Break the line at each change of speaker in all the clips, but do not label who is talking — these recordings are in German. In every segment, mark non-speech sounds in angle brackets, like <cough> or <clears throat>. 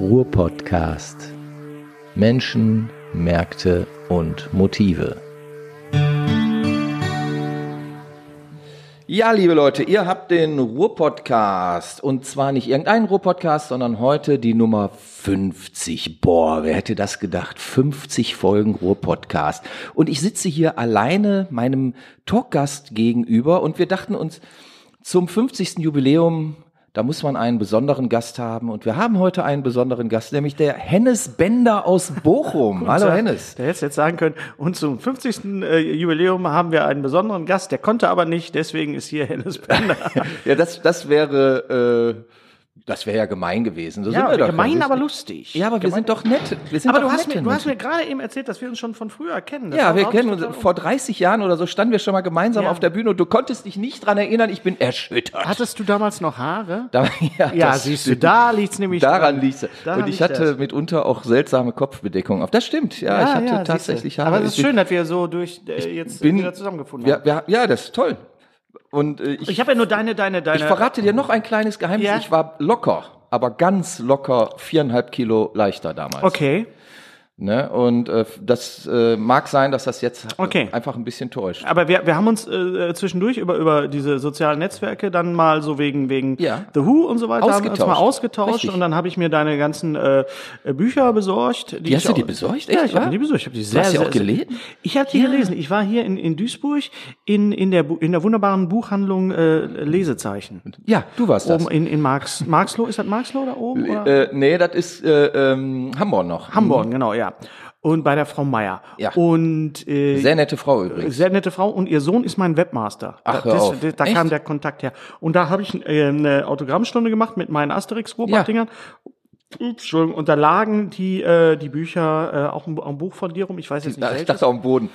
Ruhr-Podcast. Menschen, Märkte und Motive.
Ja, liebe Leute, ihr habt den Ruhr-Podcast. Und zwar nicht irgendeinen Ruhr-Podcast, sondern heute die Nummer 50. Boah, wer hätte das gedacht? 50 Folgen Ruhr-Podcast. Und ich sitze hier alleine meinem Talkgast gegenüber und wir dachten uns, zum 50. Jubiläum, da muss man einen besonderen Gast haben. Und wir haben heute einen besonderen Gast, nämlich der Hennes Bender aus
<laughs>
Bochum. Hallo
Tag.
Hennes.
Der hätte jetzt sagen können, und zum 50. äh, Jubiläum haben wir einen besonderen Gast, der konnte aber nicht, deswegen ist hier Hennes Bender.
<laughs> Ja, das, das wäre, äh, das wäre ja gemein gewesen. So sind wir doch
gemein,
nicht.
aber lustig.
Ja, aber wir sind doch nett. Wir sind
aber
doch
du hast,
nett,
mir, du
Hennes.
hast mir gerade eben erzählt, dass wir uns schon von früher kennen. Das
Ja,
war
wir
überhaupt
kennen
nicht
uns.
total-
Vor 30 Jahren oder so standen wir schon mal gemeinsam
Ja.
auf der Bühne und du konntest dich nicht dran erinnern. Ich bin erschüttert. <laughs>
Hattest du damals noch Haare?
Da-
ja,
das
siehst du,
stimmt.
da liegt es nämlich
Daran liegt es.
Daran
Und ich
liegt
hatte
das.
mitunter auch seltsame Kopfbedeckungen auf. Das stimmt, ja.
Ja,
ich hatte
ja, siehst du.
tatsächlich
Aber es ist
Ich-
schön, dass wir so durch äh, jetzt
bin-
bin, wieder zusammengefunden
Ja,
haben.
ja, ja, das ist toll. Und äh, ich,
Ich habe ja nur deine, deine, deine.
ich verrate dir noch ein kleines Geheimnis.
Ja.
Ich war locker, aber ganz locker viereinhalb Kilo leichter damals.
Okay.
Ne? Und äh, das äh, mag sein, dass das jetzt
Okay.
einfach ein bisschen täuscht.
Aber wir, wir haben uns äh, zwischendurch über, über diese sozialen Netzwerke dann mal so wegen, wegen
Ja.
The Who und so weiter haben wir uns
Ausgetauscht.
mal ausgetauscht
Richtig.
und dann habe ich mir deine ganzen äh, Bücher besorgt. Die,
hast
ich
du
auch-
die besorgt?
Ja,
Echt,
ich habe
wahr?
die besorgt. Ich habe die
Du
sehr,
hast sie
sehr,
auch
sehr-
gelesen?
Ich habe die gelesen. Ich war hier in, in Duisburg in, in, der, Bu- in der wunderbaren Buchhandlung äh, Lesezeichen.
Ja, du warst das.
Oben in, in Marx, Marxloh, ist das Marxloh da oben? Oder?
Äh, nee, das ist äh, ähm, Hamburg noch.
Hamburg, genau, ja. Und bei der Frau Meier.
Ja.
Und äh,
Sehr nette Frau übrigens.
Sehr nette Frau und ihr Sohn ist mein Webmaster.
Ach,
da
hör auf.
da
Echt?
kam der Kontakt her. Und da habe ich äh, eine Autogrammstunde gemacht mit meinen asterix dingern Ups, Entschuldigung. Und da lagen die, äh, die Bücher, äh, auch ein, Bu- ein Buch von dir rum, ich weiß jetzt nicht
Na, ich
welches,
dachte auf dem Boden.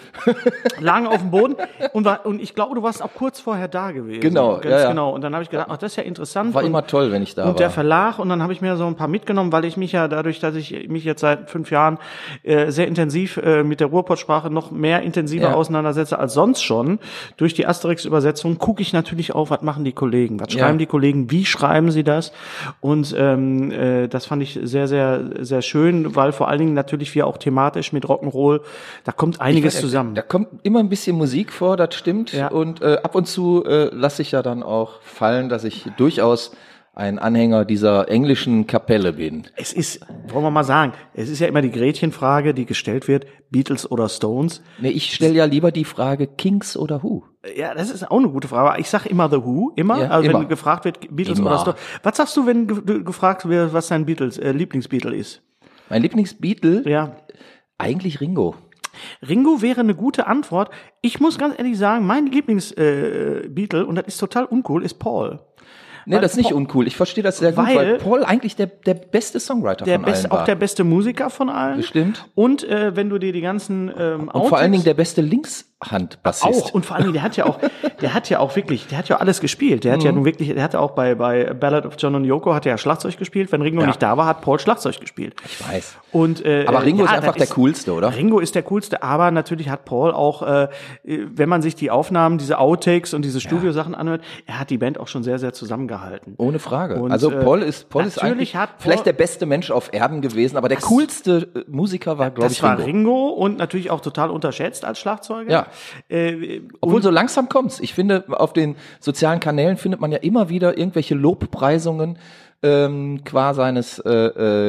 lagen auf dem Boden. Und, war, und ich glaube, du warst auch kurz vorher da gewesen.
Genau,
ganz
ja, ja.
genau. Und dann habe ich gedacht, ach, das ist ja interessant.
War
und,
immer toll, wenn ich da
und der
war.
Verlag und dann habe ich mir so ein paar mitgenommen, weil ich mich ja dadurch, dass ich mich jetzt seit fünf Jahren äh, sehr intensiv äh, mit der Ruhrpott-Sprache noch mehr intensiver
Ja.
auseinandersetze als sonst schon, durch die Asterix-Übersetzung gucke ich natürlich auf, was machen die Kollegen, was
Ja.
schreiben die Kollegen, wie schreiben sie das und ähm, äh, das fand ich sehr, sehr, sehr schön, weil vor allen Dingen natürlich wir auch thematisch mit Rock'n'Roll, da kommt einiges zusammen.
äh, Da kommt immer ein bisschen Musik vor, das stimmt.
Ja.
Und äh, ab und zu äh, lasse ich ja dann auch fallen, dass ich durchaus ein Anhänger dieser englischen Kapelle bin.
Es ist, wollen wir mal sagen, es ist ja immer die Gretchenfrage, die gestellt wird, Beatles oder Stones.
Nee, ich stelle ja lieber die Frage, Kings oder Who?
Ja, das ist auch eine gute Frage. Aber Ich sag immer The Who, immer.
Ja,
also
immer.
wenn gefragt wird, Beatles
Immer.
oder Stones. Was sagst du, wenn ge du gefragt wird, was dein Beatles, äh, Lieblingsbeatle ist?
Mein Lieblingsbeatle?
Ja.
Eigentlich Ringo.
Ringo wäre eine gute Antwort. Ich muss ganz ehrlich sagen, mein Lieblingsbeatle, äh, Beatle, und das ist total uncool, ist Paul.
Nee, das ist nicht
Paul-
uncool. Ich verstehe das sehr gut, weil,
Weil-
Paul eigentlich der, der beste Songwriter
Der
von
best,
allen
auch
war.
der beste Musiker von allen.
Bestimmt.
Und äh, wenn du dir die ganzen ähm,
und vor allen Dingen der beste Linkshandbassist.
auch und vor allen Dingen der hat ja auch der hat ja auch wirklich der hat ja alles gespielt der hat
Mhm.
ja nun wirklich der hatte auch bei bei Ballad of John und Yoko hat er ja Schlagzeug gespielt wenn Ringo
Ja.
nicht da war hat Paul Schlagzeug gespielt
Ich weiß.
und äh,
Aber Ringo
ja,
ist einfach
das
der coolste, oder?
Ringo ist der coolste aber natürlich hat Paul auch äh, wenn man sich die Aufnahmen diese Outtakes und diese Studiosachen anhört er hat die Band auch schon sehr sehr zusammengehalten
Ohne Frage.
Und,
also
äh,
Paul ist Paul ist
natürlich
eigentlich
hat Paul-
vielleicht der beste Mensch auf Erden gewesen, aber der coolste äh, Musiker war glaube
das
ich
war
Ringo.
Ringo und natürlich auch total unterschätzt als Schlagzeuger
Ja.
äh,
Obwohl so langsam kommt's. Ich finde auf den sozialen Kanälen findet man ja immer wieder irgendwelche Lobpreisungen ähm, qua seines äh,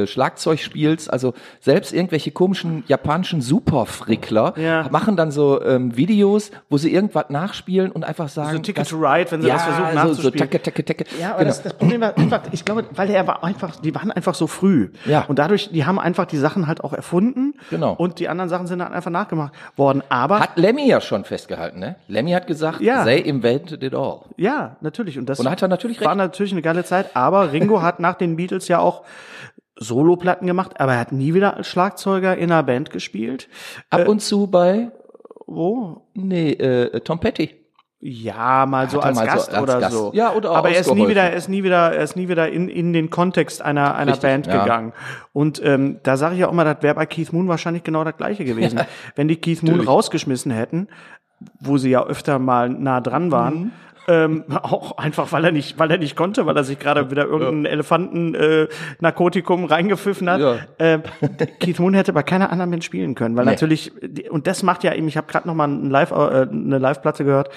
äh, Schlagzeugspiels. Also selbst irgendwelche komischen japanischen Superfrickler
Ja.
machen dann so ähm, Videos, wo sie irgendwas nachspielen und einfach sagen
so Ticket
das-
to Ride, wenn sie
ja,
das versuchen
so, so
nachzuspielen.
tacke, tacke, Genau. tacke.
Ja, aber das, das Problem war einfach, ich glaube, weil der war einfach, die waren einfach so früh.
Ja.
Und dadurch, die haben einfach die Sachen halt auch erfunden.
Genau.
Und die anderen Sachen sind dann einfach nachgemacht worden. Aber
Hat Lemmy ja schon festgehalten, ne? Lemmy hat gesagt,
Ja.
they invented it all.
ja, natürlich. Und das
Und da hat er natürlich
war
recht.
natürlich eine geile Zeit. Aber Ringo hat nach den Beatles ja auch Soloplatten gemacht, aber er hat nie wieder als Schlagzeuger in einer Band gespielt.
Ab und zu bei,
Äh, Wo?
nee, äh, Tom Petty.
Ja, mal so
er
als
mal so
Gast
als
oder
Gast.
so.
Ja, oder
Aber er ist nie
ausgeholfen.
wieder, er ist nie wieder, er ist nie wieder in, in den Kontext einer, einer
Richtig,
Band
ja.
gegangen. Und ähm, da sage ich ja auch immer, das wäre bei Keith Moon wahrscheinlich genau das
<laughs>
gleiche gewesen. Wenn die Keith Moon
natürlich. Mhm.
rausgeschmissen hätten, wo sie ja öfter mal nah dran waren, ähm, <laughs> auch einfach, weil er nicht, weil er nicht konnte, weil er sich gerade wieder irgendeinen Elefanten-Narkotikum reingepfiffen hat.
Ja.
Ähm, Keith Moon hätte bei keiner anderen Band spielen können, weil
Nee.
natürlich und das macht ja eben. Ich habe gerade noch mal ein Live, äh, eine Live-Platte gehört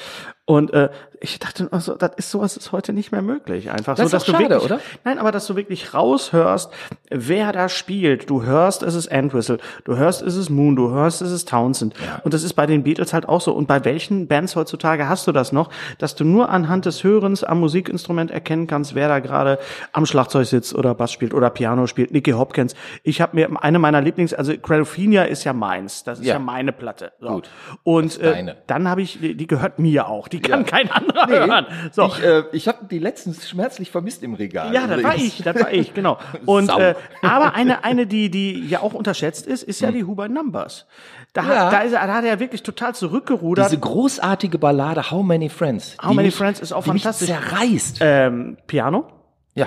und äh, ich dachte, also, das ist sowas ist heute nicht mehr möglich. Einfach
Das
so,
ist auch schade,
wirklich,
oder?
Nein, aber dass du wirklich raushörst, wer da spielt. Du hörst, es ist Entwistle, du hörst, es ist Moon, du hörst, es ist Townsend. Und das ist bei den Beatles halt auch so. Und bei welchen Bands heutzutage hast du das noch, dass du nur anhand des Hörens am Musikinstrument erkennen kannst, wer da gerade am Schlagzeug sitzt oder Bass spielt oder Piano spielt. Nicky Hopkins. Ich habe mir eine meiner Lieblings, also Crelophinia ist ja meins. Das ist
Ja.
ja, meine Platte. So.
Gut.
Und äh,
deine.
dann habe ich, die die gehört mir auch. Die kann kein anderer hören. So.
Ich, äh, ich habe die letztens schmerzlich vermisst im Regal. Also
Ja, das war
Übrigens.
ich, das war ich, genau.
<laughs>
Und
Sau.
äh, aber eine, eine, die, die ja auch unterschätzt ist, ist ja die Who by Numbers. Da,
Hm. Ja.
hat, da, ist, er- da hat er wirklich total zurückgerudert.
Diese großartige Ballade How Many Friends.
How
die
Many
mich-
Friends ist auch
die mich
fantastisch.
Zerreißt.
ähm, Piano?
ja.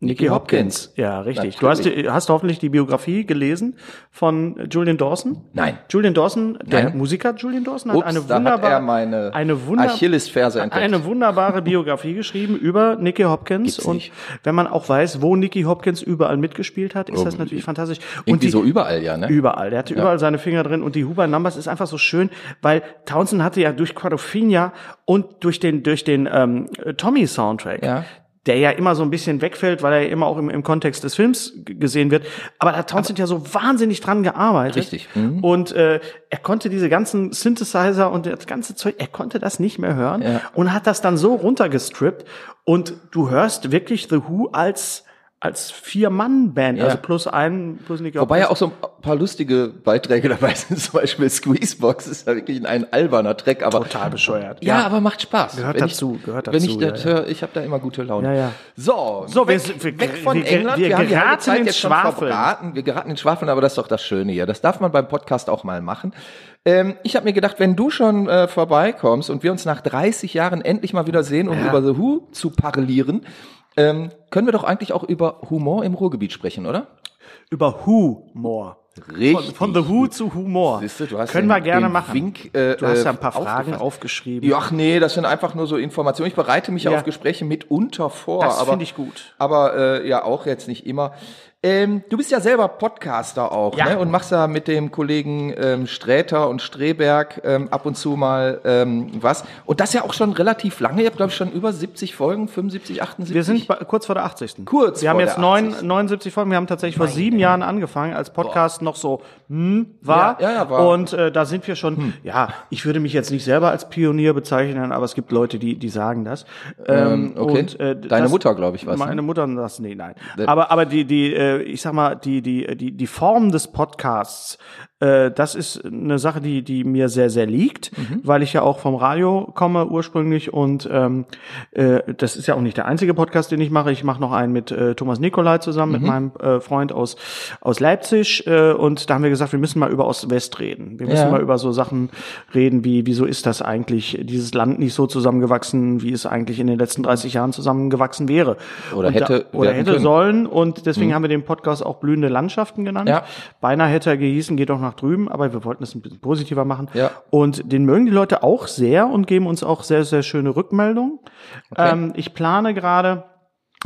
Nicky Hopkins. Ja, richtig. Du hast, die- hast hoffentlich die Biografie gelesen von äh, Julian Dawson?
Nein.
Julian Dawson, der
Nein.
Musiker Julian Dawson, hat
Ups,
eine
da
wunderbare,
hat er meine
eine wunder
Achillesferse entdeckt.
eine
<laughs>
wunderbare Biografie geschrieben über Nicky Hopkins.
Gibt's
Und
nicht.
wenn man auch weiß, wo Nicky Hopkins überall mitgespielt hat, ist das natürlich fantastisch. Und
Irgendwie Oh, so überall, ja, ne?
Überall. Der hatte überall seine Finger drin und die Huber Numbers ist einfach so schön, weil Townsend hatte ja durch Quadrophenia und durch den, durch den ähm, Tommy Soundtrack.
Ja.
Der ja immer so ein bisschen wegfällt, weil er ja immer auch im, im Kontext des Films g- gesehen wird. Aber da hat Townsend ja so wahnsinnig dran gearbeitet.
Richtig. Mhm.
Und äh, er konnte diese ganzen Synthesizer und das ganze Zeug, er konnte das nicht mehr hören
Ja.
und hat das dann so runtergestrippt. Und du hörst wirklich The Who als als Vier-Mann-Band,
Ja.
also plus ein, plus Nicky
Wobei
Hopkins.
ja auch so ein paar lustige Beiträge dabei <laughs> sind. Zum Beispiel Squeezebox ist ja wirklich ein alberner Track, aber
total bescheuert.
ja, aber macht Spaß.
Gehört dazu, gehört
Wenn
dazu,
ich
ja,
das
ja.
höre, ich habe da immer gute Laune.
Ja, ja.
So,
So, wir
weg,
sind- wir-
weg von
wir-
England.
wir
haben die
geraten
halbe Zeit
ins
jetzt schon
Schwafeln.
verbraten. Wir geraten ins Schwafeln, aber das ist doch das Schöne hier. Das darf man beim Podcast auch mal machen. Ähm, ich habe mir gedacht, wenn du schon äh, vorbeikommst und wir uns nach 30 Jahren endlich mal wieder sehen, um über The Who zu parlieren, ähm, können wir doch eigentlich auch über Humor im Ruhrgebiet sprechen, oder?
über Humor. Von,
Richtig.
von The Who zu Humor.
Siehst du, du hast
Können
den-
wir gerne
den
machen.
Wink, äh,
du hast ja
äh,
ein paar Fragen
aufgefasst.
aufgeschrieben.
Ja, ach nee, das sind einfach nur so Informationen. Ich bereite mich ja.
Ja.
auf Gespräche mitunter vor.
Das
aber-
finde ich gut.
Aber äh, ja, auch jetzt nicht immer. Ähm, du bist ja selber Podcaster auch
Ja.
ne? und machst da mit dem Kollegen ähm, Sträter und Streberg ähm, ab und zu mal ähm, was. Und das ja auch schon relativ lange. Ihr habt, glaube ich, schon über 70 Folgen, 75, 78.
Wir sind bei, kurz vor der 80.
Kurz
Wir
vor
haben jetzt
der 80..
9, 79 Folgen. Wir haben tatsächlich vor sieben Jahren angefangen, als Podcast noch so hm, war.
Ja, ja, ja, war. Hm.
Und äh, da sind wir schon. Ja, ich würde mich jetzt nicht selber als Pionier bezeichnen, aber es gibt Leute, die die sagen das. Ähm,
okay. Deine Mutter, glaub ich, war's, ne?
Meine Mutter das nee, nein. Aber aber die die äh, ich sag mal die die die die Form des Podcasts. äh, Das ist eine Sache, die, die mir sehr, sehr liegt, weil ich ja auch vom Radio komme ursprünglich und ähm, äh, das ist ja auch nicht der einzige Podcast, den ich mache. Ich mache noch einen mit äh, Thomas Nikolai zusammen, mit meinem äh, Freund aus, aus Leipzig äh, und da haben wir gesagt, wir müssen mal über Ost-West reden. Wir müssen
Ja.
mal über so Sachen reden, wie wieso ist das eigentlich, dieses Land nicht so zusammengewachsen, wie es eigentlich in den letzten 30 Jahren zusammengewachsen wäre.
Oder
Und
hätte
da, oder
werden
hätte
können. Mhm.
sollen und deswegen haben wir den Podcast auch blühende Landschaften genannt.
Ja.
Beinahe hätte er gehießen, geht doch nach drüben, aber wir wollten es ein bisschen positiver machen.
Ja.
Und den mögen die Leute auch sehr und geben uns auch sehr, sehr schöne Rückmeldungen. Ähm, ich plane gerade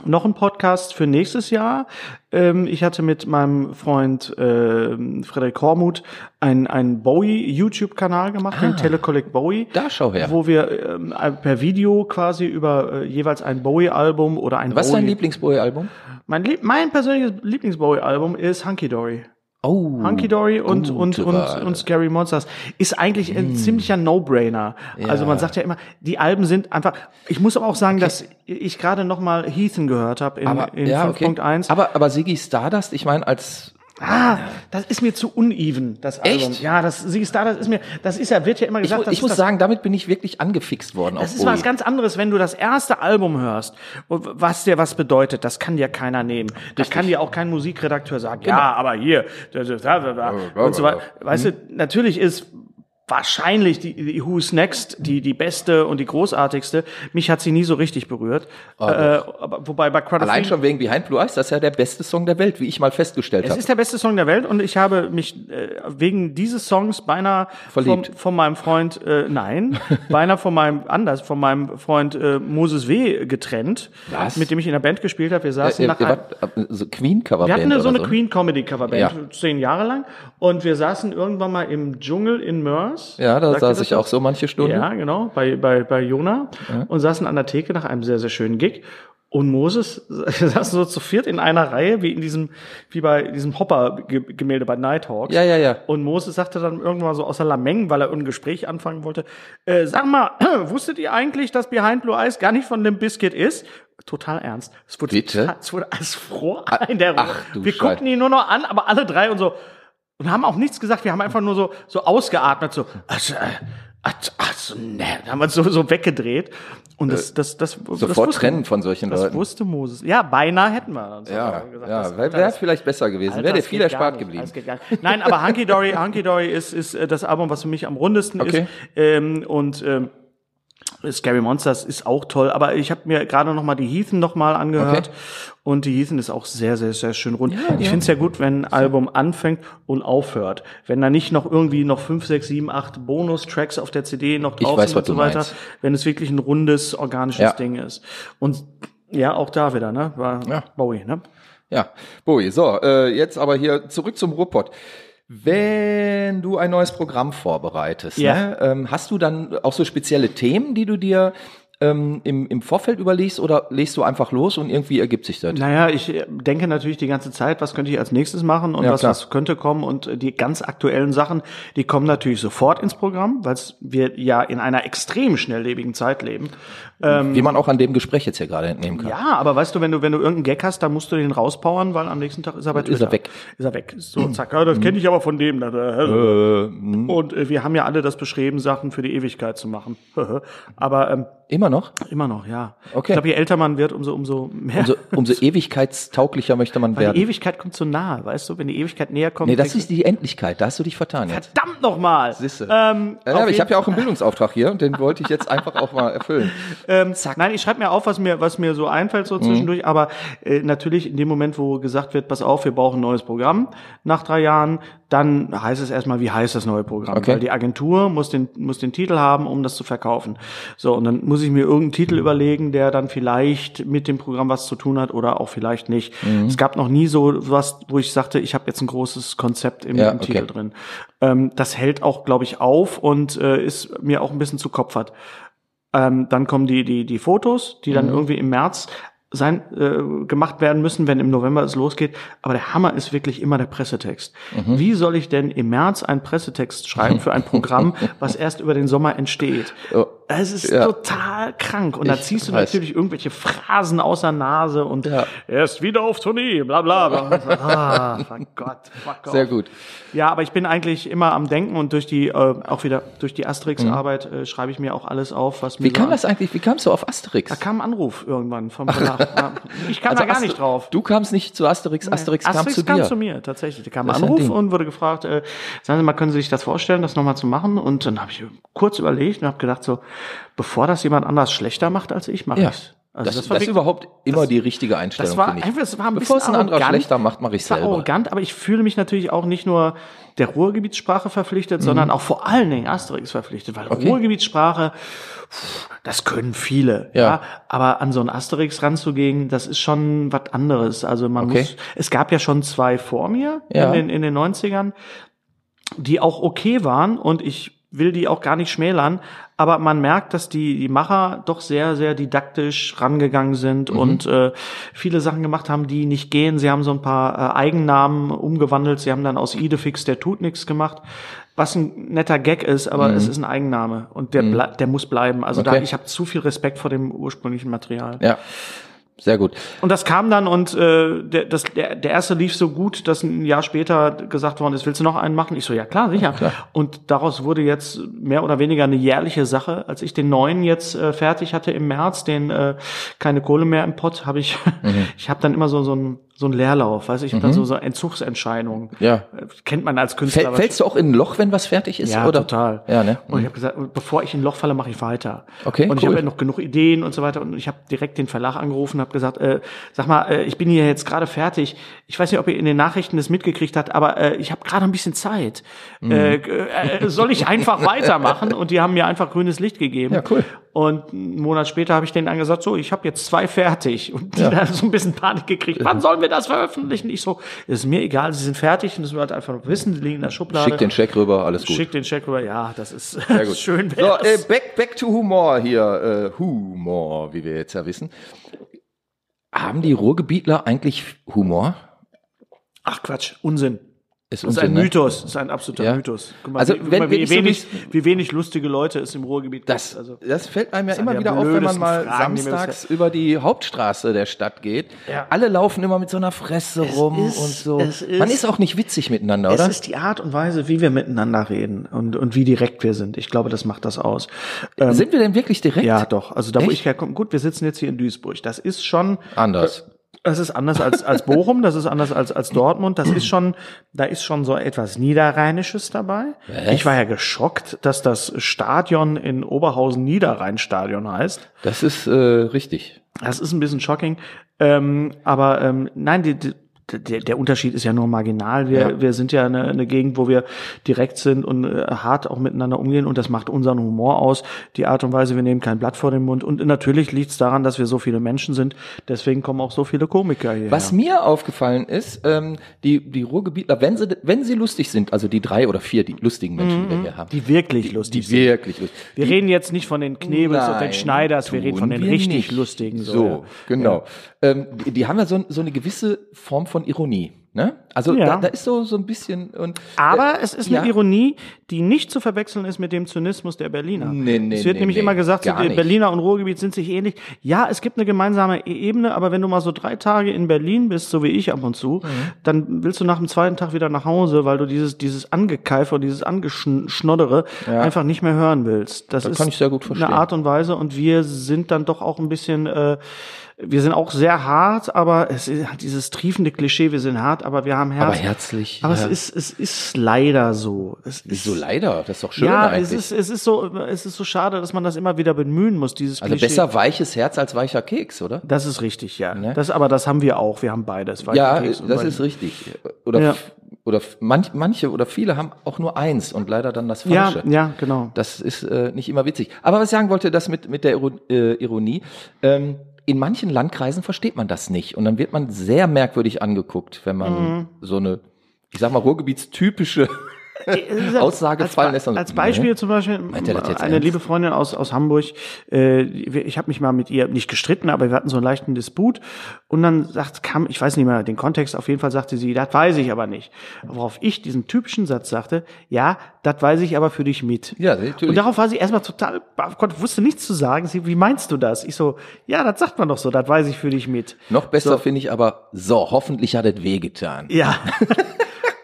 noch einen Podcast für nächstes Jahr. Ähm, ich hatte mit meinem Freund ähm, Frederik Hormuth einen, einen Bowie-YouTube-Kanal gemacht, den Telecollect Bowie.
Ah. Da schau her.
Wo wir ähm, per Video quasi über äh, jeweils ein Bowie-Album oder ein
was ist dein
Bowie
Lieblingsboy-Album?
mein, Lieb mein persönliches Lieblings-Bowie-Album ist Hunky Dory.
Oh,
Hunky Dory und, und,
gute
und,
Wahl. Hm.
und Scary Monsters ist eigentlich ein ziemlicher No-Brainer. Also man sagt ja immer, die Alben sind einfach. Ich muss aber auch sagen, dass ich gerade nochmal Heathen gehört habe in,
aber,
in
ja, okay.
5.1.
Aber, aber Siggy Stardust, ich meine, als
Ah, das ist mir zu uneven, das Album.
Echt?
Ja, das Sie ist da, das ist mir, das ist ja, wird ja immer
Ich,
gesagt,
mu-
das
ich
ist
muss
das
sagen, damit bin ich wirklich angefixt worden. auf
Das ist
Bowie.
was ganz anderes, wenn du das erste Album hörst, und was dir was bedeutet, das kann dir keiner nehmen. Das kann dir auch kein
Genau. Hm?
Musikredakteur sagen. Ja, aber hier, da, da, da, da, da, und so weiter. Weißt du, natürlich ist wahrscheinlich die, die Who's Next, die, die beste und die großartigste. Mich hat sie nie so richtig berührt. äh, aber, wobei bei Crowd of
Ah, Allein
Thieves-
schon wegen Behind Blue Eyes, das ist ja der beste Song der Welt, wie ich mal festgestellt
Es
habe.
ist der beste Song der Welt und ich habe mich äh, wegen dieses Songs beinahe
Verliebt.
Von, von meinem Freund, äh,
<laughs>
nein, beinahe von meinem, anders, von meinem Freund äh, Moses W. getrennt,
Was? Äh,
mit dem ich in der Band gespielt habe. Wir saßen nach einem-
so Queen Cover
wir hatten eine, so eine Queen Comedy Coverband,
Ja.
zehn Jahre lang. Und wir saßen irgendwann mal im Dschungel in Mörs.
Ja, da
Sagt ihr
saß
das
ich auch
was?
so manche Stunden.
Ja, genau, bei, bei, bei Jona und saßen an der Theke nach einem sehr, sehr schönen Gig. Und Moses <laughs> saß so zu viert in einer Reihe, wie in diesem, wie bei diesem Hopper-Gemälde bei Nighthawks.
Ja, ja, ja.
Und Moses sagte dann irgendwann so außer Lameng, weil er ein Gespräch anfangen wollte, äh, sag mal, <clears throat> wusstet ihr eigentlich, dass Behind Blue Eyes gar nicht von dem Biscuit ist? Total ernst. Es wurde,
Bitte? Ah,
total- es wurde alles froh <laughs> in der Runde.
ach, du
Wir
Schei-
guckten ihn nur noch an, aber alle drei und so. Und haben auch nichts gesagt. Wir haben einfach nur so, so ausgeatmet, so, also, äh, also, also, ne, Da haben wir uns so, so weggedreht. Und das, das, das, das
Äh, Sofort trennen von solchen
Das
Leuten.
wusste Moses. Ja, beinahe hätten wir dann
ja,
sogar gesagt.
ja
Das-
wäre wär vielleicht besser gewesen. Wäre dir
das
viel
geht gar
erspart
nicht.
geblieben.
Das geht gar nicht. Nein, aber Hunky Dory, Hunky Dory ist, ist äh, das Album, was für mich am rundesten
Okay.
ist. Ähm, und ähm, Scary Monsters ist auch toll, aber ich habe mir gerade noch mal die Heathen noch mal angehört
Okay.
und die Heathen ist auch sehr sehr sehr schön rund. ich finde es ja gut, wenn ein Album anfängt und aufhört, wenn da nicht noch irgendwie noch fünf, sechs, sieben, acht Bonustracks auf der CD noch drauf
weiß,
sind
was
und so
du
weiter,
meinst.
wenn es wirklich ein rundes organisches
Ja.
Ding ist. Und ja, auch da wieder, ne? War
Ja.
Bowie, ne?
Ja, Bowie, so, äh, jetzt aber hier zurück zum Ruhrpott. Wenn du ein neues Programm vorbereitest,
Ja.
ne, ähm, hast du dann auch so spezielle Themen, die du dir ähm, im, im Vorfeld überlegst oder legst du einfach los und irgendwie ergibt sich das?
Naja, ich äh, denke natürlich die ganze Zeit, was könnte ich als nächstes machen und
Ja,
was,
klar.
was könnte kommen und äh, die ganz aktuellen Sachen, die kommen natürlich sofort ins Programm, weil wir ja in einer extrem schnelllebigen Zeit leben.
Wie man auch an dem Gespräch jetzt hier gerade entnehmen kann.
Ja, aber weißt du, wenn du wenn du irgendeinen Gag hast, dann musst du den rauspowern, weil am nächsten Tag ist er bei Twitter.
er weg. Mhm.
Ist er weg. So zack, ja, das kenne ich aber von dem. also. Und
hm.
äh, wir haben ja alle das beschrieben, Sachen für die Ewigkeit zu machen. <laughs> aber ähm,
Immer noch?
immer noch, ja.
Okay.
Ich glaube, je älter man wird, umso umso mehr.
Umso, umso ewigkeitstauglicher möchte man
die
werden.
Ewigkeit kommt so nah, weißt du? Wenn die Ewigkeit näher kommt,
Nee, das
denkst du,
ist die Endlichkeit, da hast du dich vertan jetzt.
Verdammt nochmal!
Siehste.
Ähm,
Ja,
auf
aber ich
jeden-
habe ja auch einen Bildungsauftrag hier und den wollte ich jetzt einfach auch mal
<laughs>
erfüllen.
ähm, Nein, ich schreibe mir auf, was mir, was mir so einfällt
Mhm.
so zwischendurch, aber äh, natürlich in dem Moment, wo gesagt wird, pass auf, wir brauchen ein neues Programm nach drei Jahren, dann heißt es erstmal, wie heißt das neue Programm?
Okay.
Weil die Agentur muss den, muss den Titel haben, um das zu verkaufen. So, und dann muss ich mir irgendeinen Titel überlegen, der dann vielleicht mit dem Programm was zu tun hat oder auch vielleicht nicht.
Mhm.
Es gab noch nie so was, wo ich sagte, ich habe jetzt ein großes Konzept im,
Ja,
im
okay.
Titel drin. Ähm, das hält auch, glaube ich, auf und äh, ist mir auch ein bisschen zu kopfert. Ähm, dann kommen die, die, die Fotos, die dann
Mhm.
irgendwie im März sein, äh, gemacht werden müssen, wenn im November es losgeht. Aber der Hammer ist wirklich immer der Pressetext.
Mhm.
Wie soll ich denn im März einen Pressetext schreiben für ein
<laughs>
Programm, was erst über den Sommer entsteht?
Oh,
Es ist
ja.
total krank. Und da
Ich
ziehst du
weiß.
natürlich irgendwelche Phrasen aus der Nase und
Ja.
er ist wieder auf Tournee, bla bla bla.
<laughs>
Und so, ah, fuck Gott, fuck off.
Sehr gut.
Ja, aber ich bin eigentlich immer am Denken und durch die, äh, auch wieder durch die Asterix-Arbeit äh, schreibe ich mir auch alles auf, was mir.
Mhm. Wie kam
an-
das eigentlich, wie kamst du auf Asterix?
Da kam ein Anruf irgendwann vom Verlag. ja. Ich kam da gar
Aster-
nicht drauf.
Also Du kamst nicht zu Asterix, Asterix kam zu dir.
kam zu mir, tatsächlich. Da kam ein
Das ist ein
Anruf
Ding.
und wurde gefragt, äh, sagen Sie mal, können Sie sich das vorstellen, das nochmal zu machen? Und dann habe ich kurz überlegt und habe gedacht, so, bevor das jemand anders schlechter macht als ich, mache
ja.
ich's.
das, das,
Also war
ist überhaupt immer die richtige Einstellung,
das war
finde ich.
einfach, es war ein
Bevor es
bisschen
ein anderer
arrogant.
schlechter macht, mache ich
Es war
selber.
arrogant, aber ich fühle mich natürlich auch nicht nur der Ruhrgebietssprache verpflichtet, sondern auch vor allen Dingen Asterix verpflichtet, weil
Mhm. Okay.
Ruhrgebietssprache, pff, das können viele.
Ja.
Aber an so einen Asterix ranzugehen, das ist schon was anderes. Also man
Okay.
muss, es gab ja schon zwei vor mir
Ja.
in, den, in den 90ern, die auch okay waren und ich will die auch gar nicht schmälern, aber man merkt, dass die, die Macher doch sehr, sehr didaktisch rangegangen sind und äh, viele Sachen gemacht haben, die nicht gehen. Sie haben so ein paar äh, Eigennamen umgewandelt. Sie haben dann aus Idefix der tut nix gemacht, was ein netter Gag ist, aber es ist ein Eigenname und der, blei- der muss bleiben. Also da,
Okay.
ich habe zu viel Respekt vor dem ursprünglichen Material.
Ja, sehr gut.
Und das kam dann und äh, der, das, der, der erste lief so gut, dass ein Jahr später gesagt worden ist, willst du noch einen machen? Ich so, ja klar, sicher. Und daraus wurde jetzt mehr oder weniger eine jährliche Sache. Als ich den neuen jetzt äh, <laughs> fertig hatte im März, den äh, keine Kohle mehr im Pott, habe ich, ich habe dann immer so, so ein so ein Leerlauf, weiß ich, mhm. dann so, so Entzugsentscheidungen. Äh,
Ja.
Kennt man als
Fäll-
Künstler.
fällst du auch in ein Loch, wenn was fertig ist?
ja,
oder?
total.
Ja, ne?
Und ich habe gesagt, bevor ich in ein Loch falle, mache ich weiter.
Okay,
Und ich
cool.
habe ja noch genug Ideen und so weiter. Und ich habe direkt den Verlag angerufen und habe gesagt, äh, sag mal, äh, ich bin hier jetzt gerade fertig. Ich weiß nicht, ob ihr in den Nachrichten das mitgekriegt habt, aber äh, ich habe gerade ein bisschen Zeit.
Mhm.
Äh, äh, soll ich einfach weitermachen? Und die haben mir einfach grünes Licht gegeben.
Ja, cool.
Und einen Monat später habe ich denen angesagt, so, ich habe jetzt zwei fertig. Und die dann so ein bisschen
<laughs>
Panik gekriegt. Wann sollen wir das veröffentlichen? Ich so, ist mir egal, sie sind fertig und das wird einfach nur wissen, die liegen in der Schublade.
Schick den Scheck rüber, alles gut.
Schick den Check rüber. Ja, das ist
gut.
<laughs> schön.
So,
wär's.
äh, back, back to Humor hier. Äh, Humor, wie wir jetzt ja wissen. Haben die Ruhrgebietler eigentlich Humor?
Ach Quatsch, Unsinn.
Ist
Das ist ein
ne?
Mythos, das ist ein absoluter
Ja.
Mythos. Guck
Also,
wie, guck
wenn-
mal,
wenn
wie,
ich so
wenig, wie wenig lustige Leute es im Ruhrgebiet gibt.
Das,
also,
das fällt einem ja
eine
immer
der
wieder auf, wenn man
blödesten
mal
Fragen, die mir
samstags über die Hauptstraße der Stadt geht.
Ja.
Alle laufen immer mit so einer Fresse rum
ist-
und so.
es ist-
man ist auch nicht witzig miteinander, oder?
Es ist die Art und Weise, wie wir miteinander reden und, und wie direkt wir sind. Ich glaube, das macht das aus. Ähm,
Sind wir denn wirklich direkt?
ja, doch. Also da, wo
Echt?
ich herkomme, gut, wir sitzen jetzt hier in Duisburg. Das ist schon
Anders.
Das ist anders als, als Bochum, das ist anders als, als Dortmund, das ist schon, da ist schon so etwas Niederrheinisches dabei.
Was?
Ich war ja geschockt, dass das Stadion in Oberhausen Niederrheinstadion heißt.
Das ist äh, richtig.
Das ist ein bisschen shocking. Ähm, aber ähm, nein, die, die, der, der Unterschied ist ja nur marginal. Wir,
Ja.
wir sind ja eine, eine Gegend, wo wir direkt sind und äh, hart auch miteinander umgehen und das macht unseren Humor aus. Die Art und Weise, wir nehmen kein Blatt vor den Mund und natürlich liegt es daran, dass wir so viele Menschen sind. Deswegen kommen auch so viele Komiker hierher.
Was mir aufgefallen ist, ähm, die, die Ruhrgebietler, wenn sie, wenn sie lustig sind, also die drei oder vier die lustigen Menschen, die wir hier haben, die,
Mhm. Die wirklich lustig sind.
wirklich lustig.
Wir
die,
reden jetzt nicht von den Knebels und
Nein,
den Schneiders, wir
tun
reden von den
wir
richtig
nicht.
lustigen.
So,
ja.
genau. Ähm, die, die haben ja so, so eine gewisse Form von Ironie. Ne? Also
Ja.
da, da ist so, so ein bisschen und
Aber es ist eine
Äh, ja.
Ironie, die nicht zu verwechseln ist mit dem Zynismus der Berliner.
Nee, nee,
es wird
nee,
nämlich
nee,
immer gesagt, so
gar
die
nicht.
Berliner und Ruhrgebiet sind sich ähnlich. Ja, es gibt eine gemeinsame E- Ebene, aber wenn du mal so drei Tage in Berlin bist, so wie ich ab und
Mhm.
zu, dann willst du nach dem zweiten Tag wieder nach Hause, weil du dieses, dieses Angekeife und dieses Angeschnoddere einfach nicht mehr hören willst. Das, ist
kann ich sehr gut verstehen.
eine Art und Weise und wir sind dann doch auch ein bisschen, äh, wir sind auch sehr hart, aber es ist halt dieses triefende Klischee, wir sind hart, aber wir haben Herz.
aber herzlich.
Aber
ja.
es ist, es ist leider so. Es ist
so äh, leider, das ist doch schön
ja,
eigentlich.
es ist, es ist so, es ist so schade, dass man das immer wieder bemühen muss, dieses
also
Klischee.
besser weiches Herz als weicher Keks, oder?
Das ist richtig, ja. Das, aber das haben wir auch. Wir haben beides. Weichen
Ja,
Keks und
das
Weichen-
ist richtig. Oder
Ja.
f- oder f- manch, manche oder viele haben auch nur eins und leider dann das
Ja,
falsche.
ja, genau.
Das ist äh, nicht immer witzig. Aber was ich sagen wollte, das mit, mit der Iro- äh, Ironie. Ähm, in manchen Landkreisen versteht man das nicht. Und dann wird man sehr merkwürdig angeguckt, wenn man
Mhm.
so eine, ich sag mal, Ruhrgebietstypische. <laughs> Aussage
als,
fallen
Be-
lässt Mhm. man so,
Als Beispiel
nee.
zum Beispiel
Meint er das jetzt
eine
ernst?
liebe Freundin aus, aus Hamburg, äh, wir- ich habe mich mal mit ihr nicht gestritten, aber wir hatten so einen leichten Disput und dann sagt, kam, ich weiß nicht mehr den Kontext, auf jeden Fall sagte sie, das weiß ich aber nicht. Worauf ich diesen typischen Satz sagte, ja, das weiß ich aber für dich mit.
Ja, natürlich.
Und darauf war sie erstmal total, Gott, wusste nichts zu sagen. Sie, wie meinst du das? Ich so, ja, das sagt man doch so, das weiß ich für dich mit.
Noch besser
So.
finde ich aber, so, hoffentlich hat es wehgetan.
Ja. <laughs>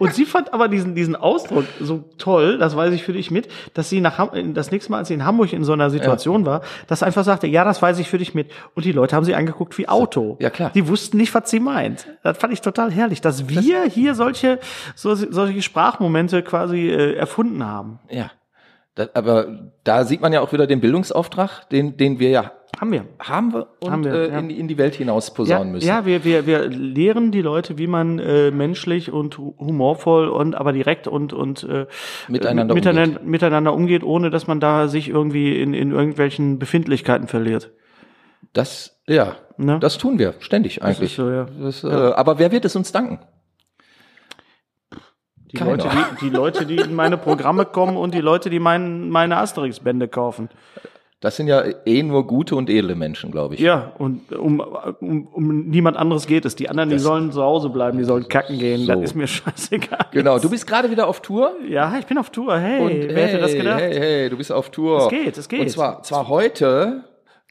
Und sie fand aber diesen, diesen Ausdruck so toll, das weiß ich für dich mit, dass sie nach Ham äh, das nächste Mal, als sie in Hamburg in so einer Situation war, das einfach sagte, ja, das weiß ich für dich mit. Und die Leute haben sie angeguckt wie Auto.
Ja, klar.
Die wussten nicht, was sie meint. Das fand ich total herrlich, dass wir hier solche, so, solche Sprachmomente quasi äh, erfunden haben.
Ja. Das, aber da sieht man ja auch wieder den Bildungsauftrag, den, den wir ja
Haben wir.
haben wir und
Haben wir,
äh,
ja.
in, die- in die Welt hinaus posaunen müssen.
ja wir, wir, wir lehren die Leute, wie man äh, menschlich und hu- humorvoll und aber direkt und, und äh,
Miteinander
mit- miteinander,
umgeht.
miteinander umgeht, ohne dass man da sich irgendwie in, in irgendwelchen Befindlichkeiten verliert.
Das, ja,
Ne?
das tun wir ständig eigentlich.
ist so, ja.
Das, äh, Aber wer wird es uns danken?
Die
Keiner.
Leute die, die Leute, die in meine Programme kommen und die Leute, die mein, meine Asterix-Bände kaufen.
Das sind ja eh nur gute und edle Menschen, glaube ich.
Ja, und um, um, um niemand anderes geht es. Die anderen, die sollen zu Hause bleiben, die sollen kacken gehen.
So.
Das ist mir <laughs> scheißegal.
Genau, du bist gerade wieder auf Tour.
Ja, ich bin auf Tour. Hey,
Und
wer hätte das gedacht?
Hey, hey, du bist auf Tour.
Es geht, es geht.
Und zwar, zwar heute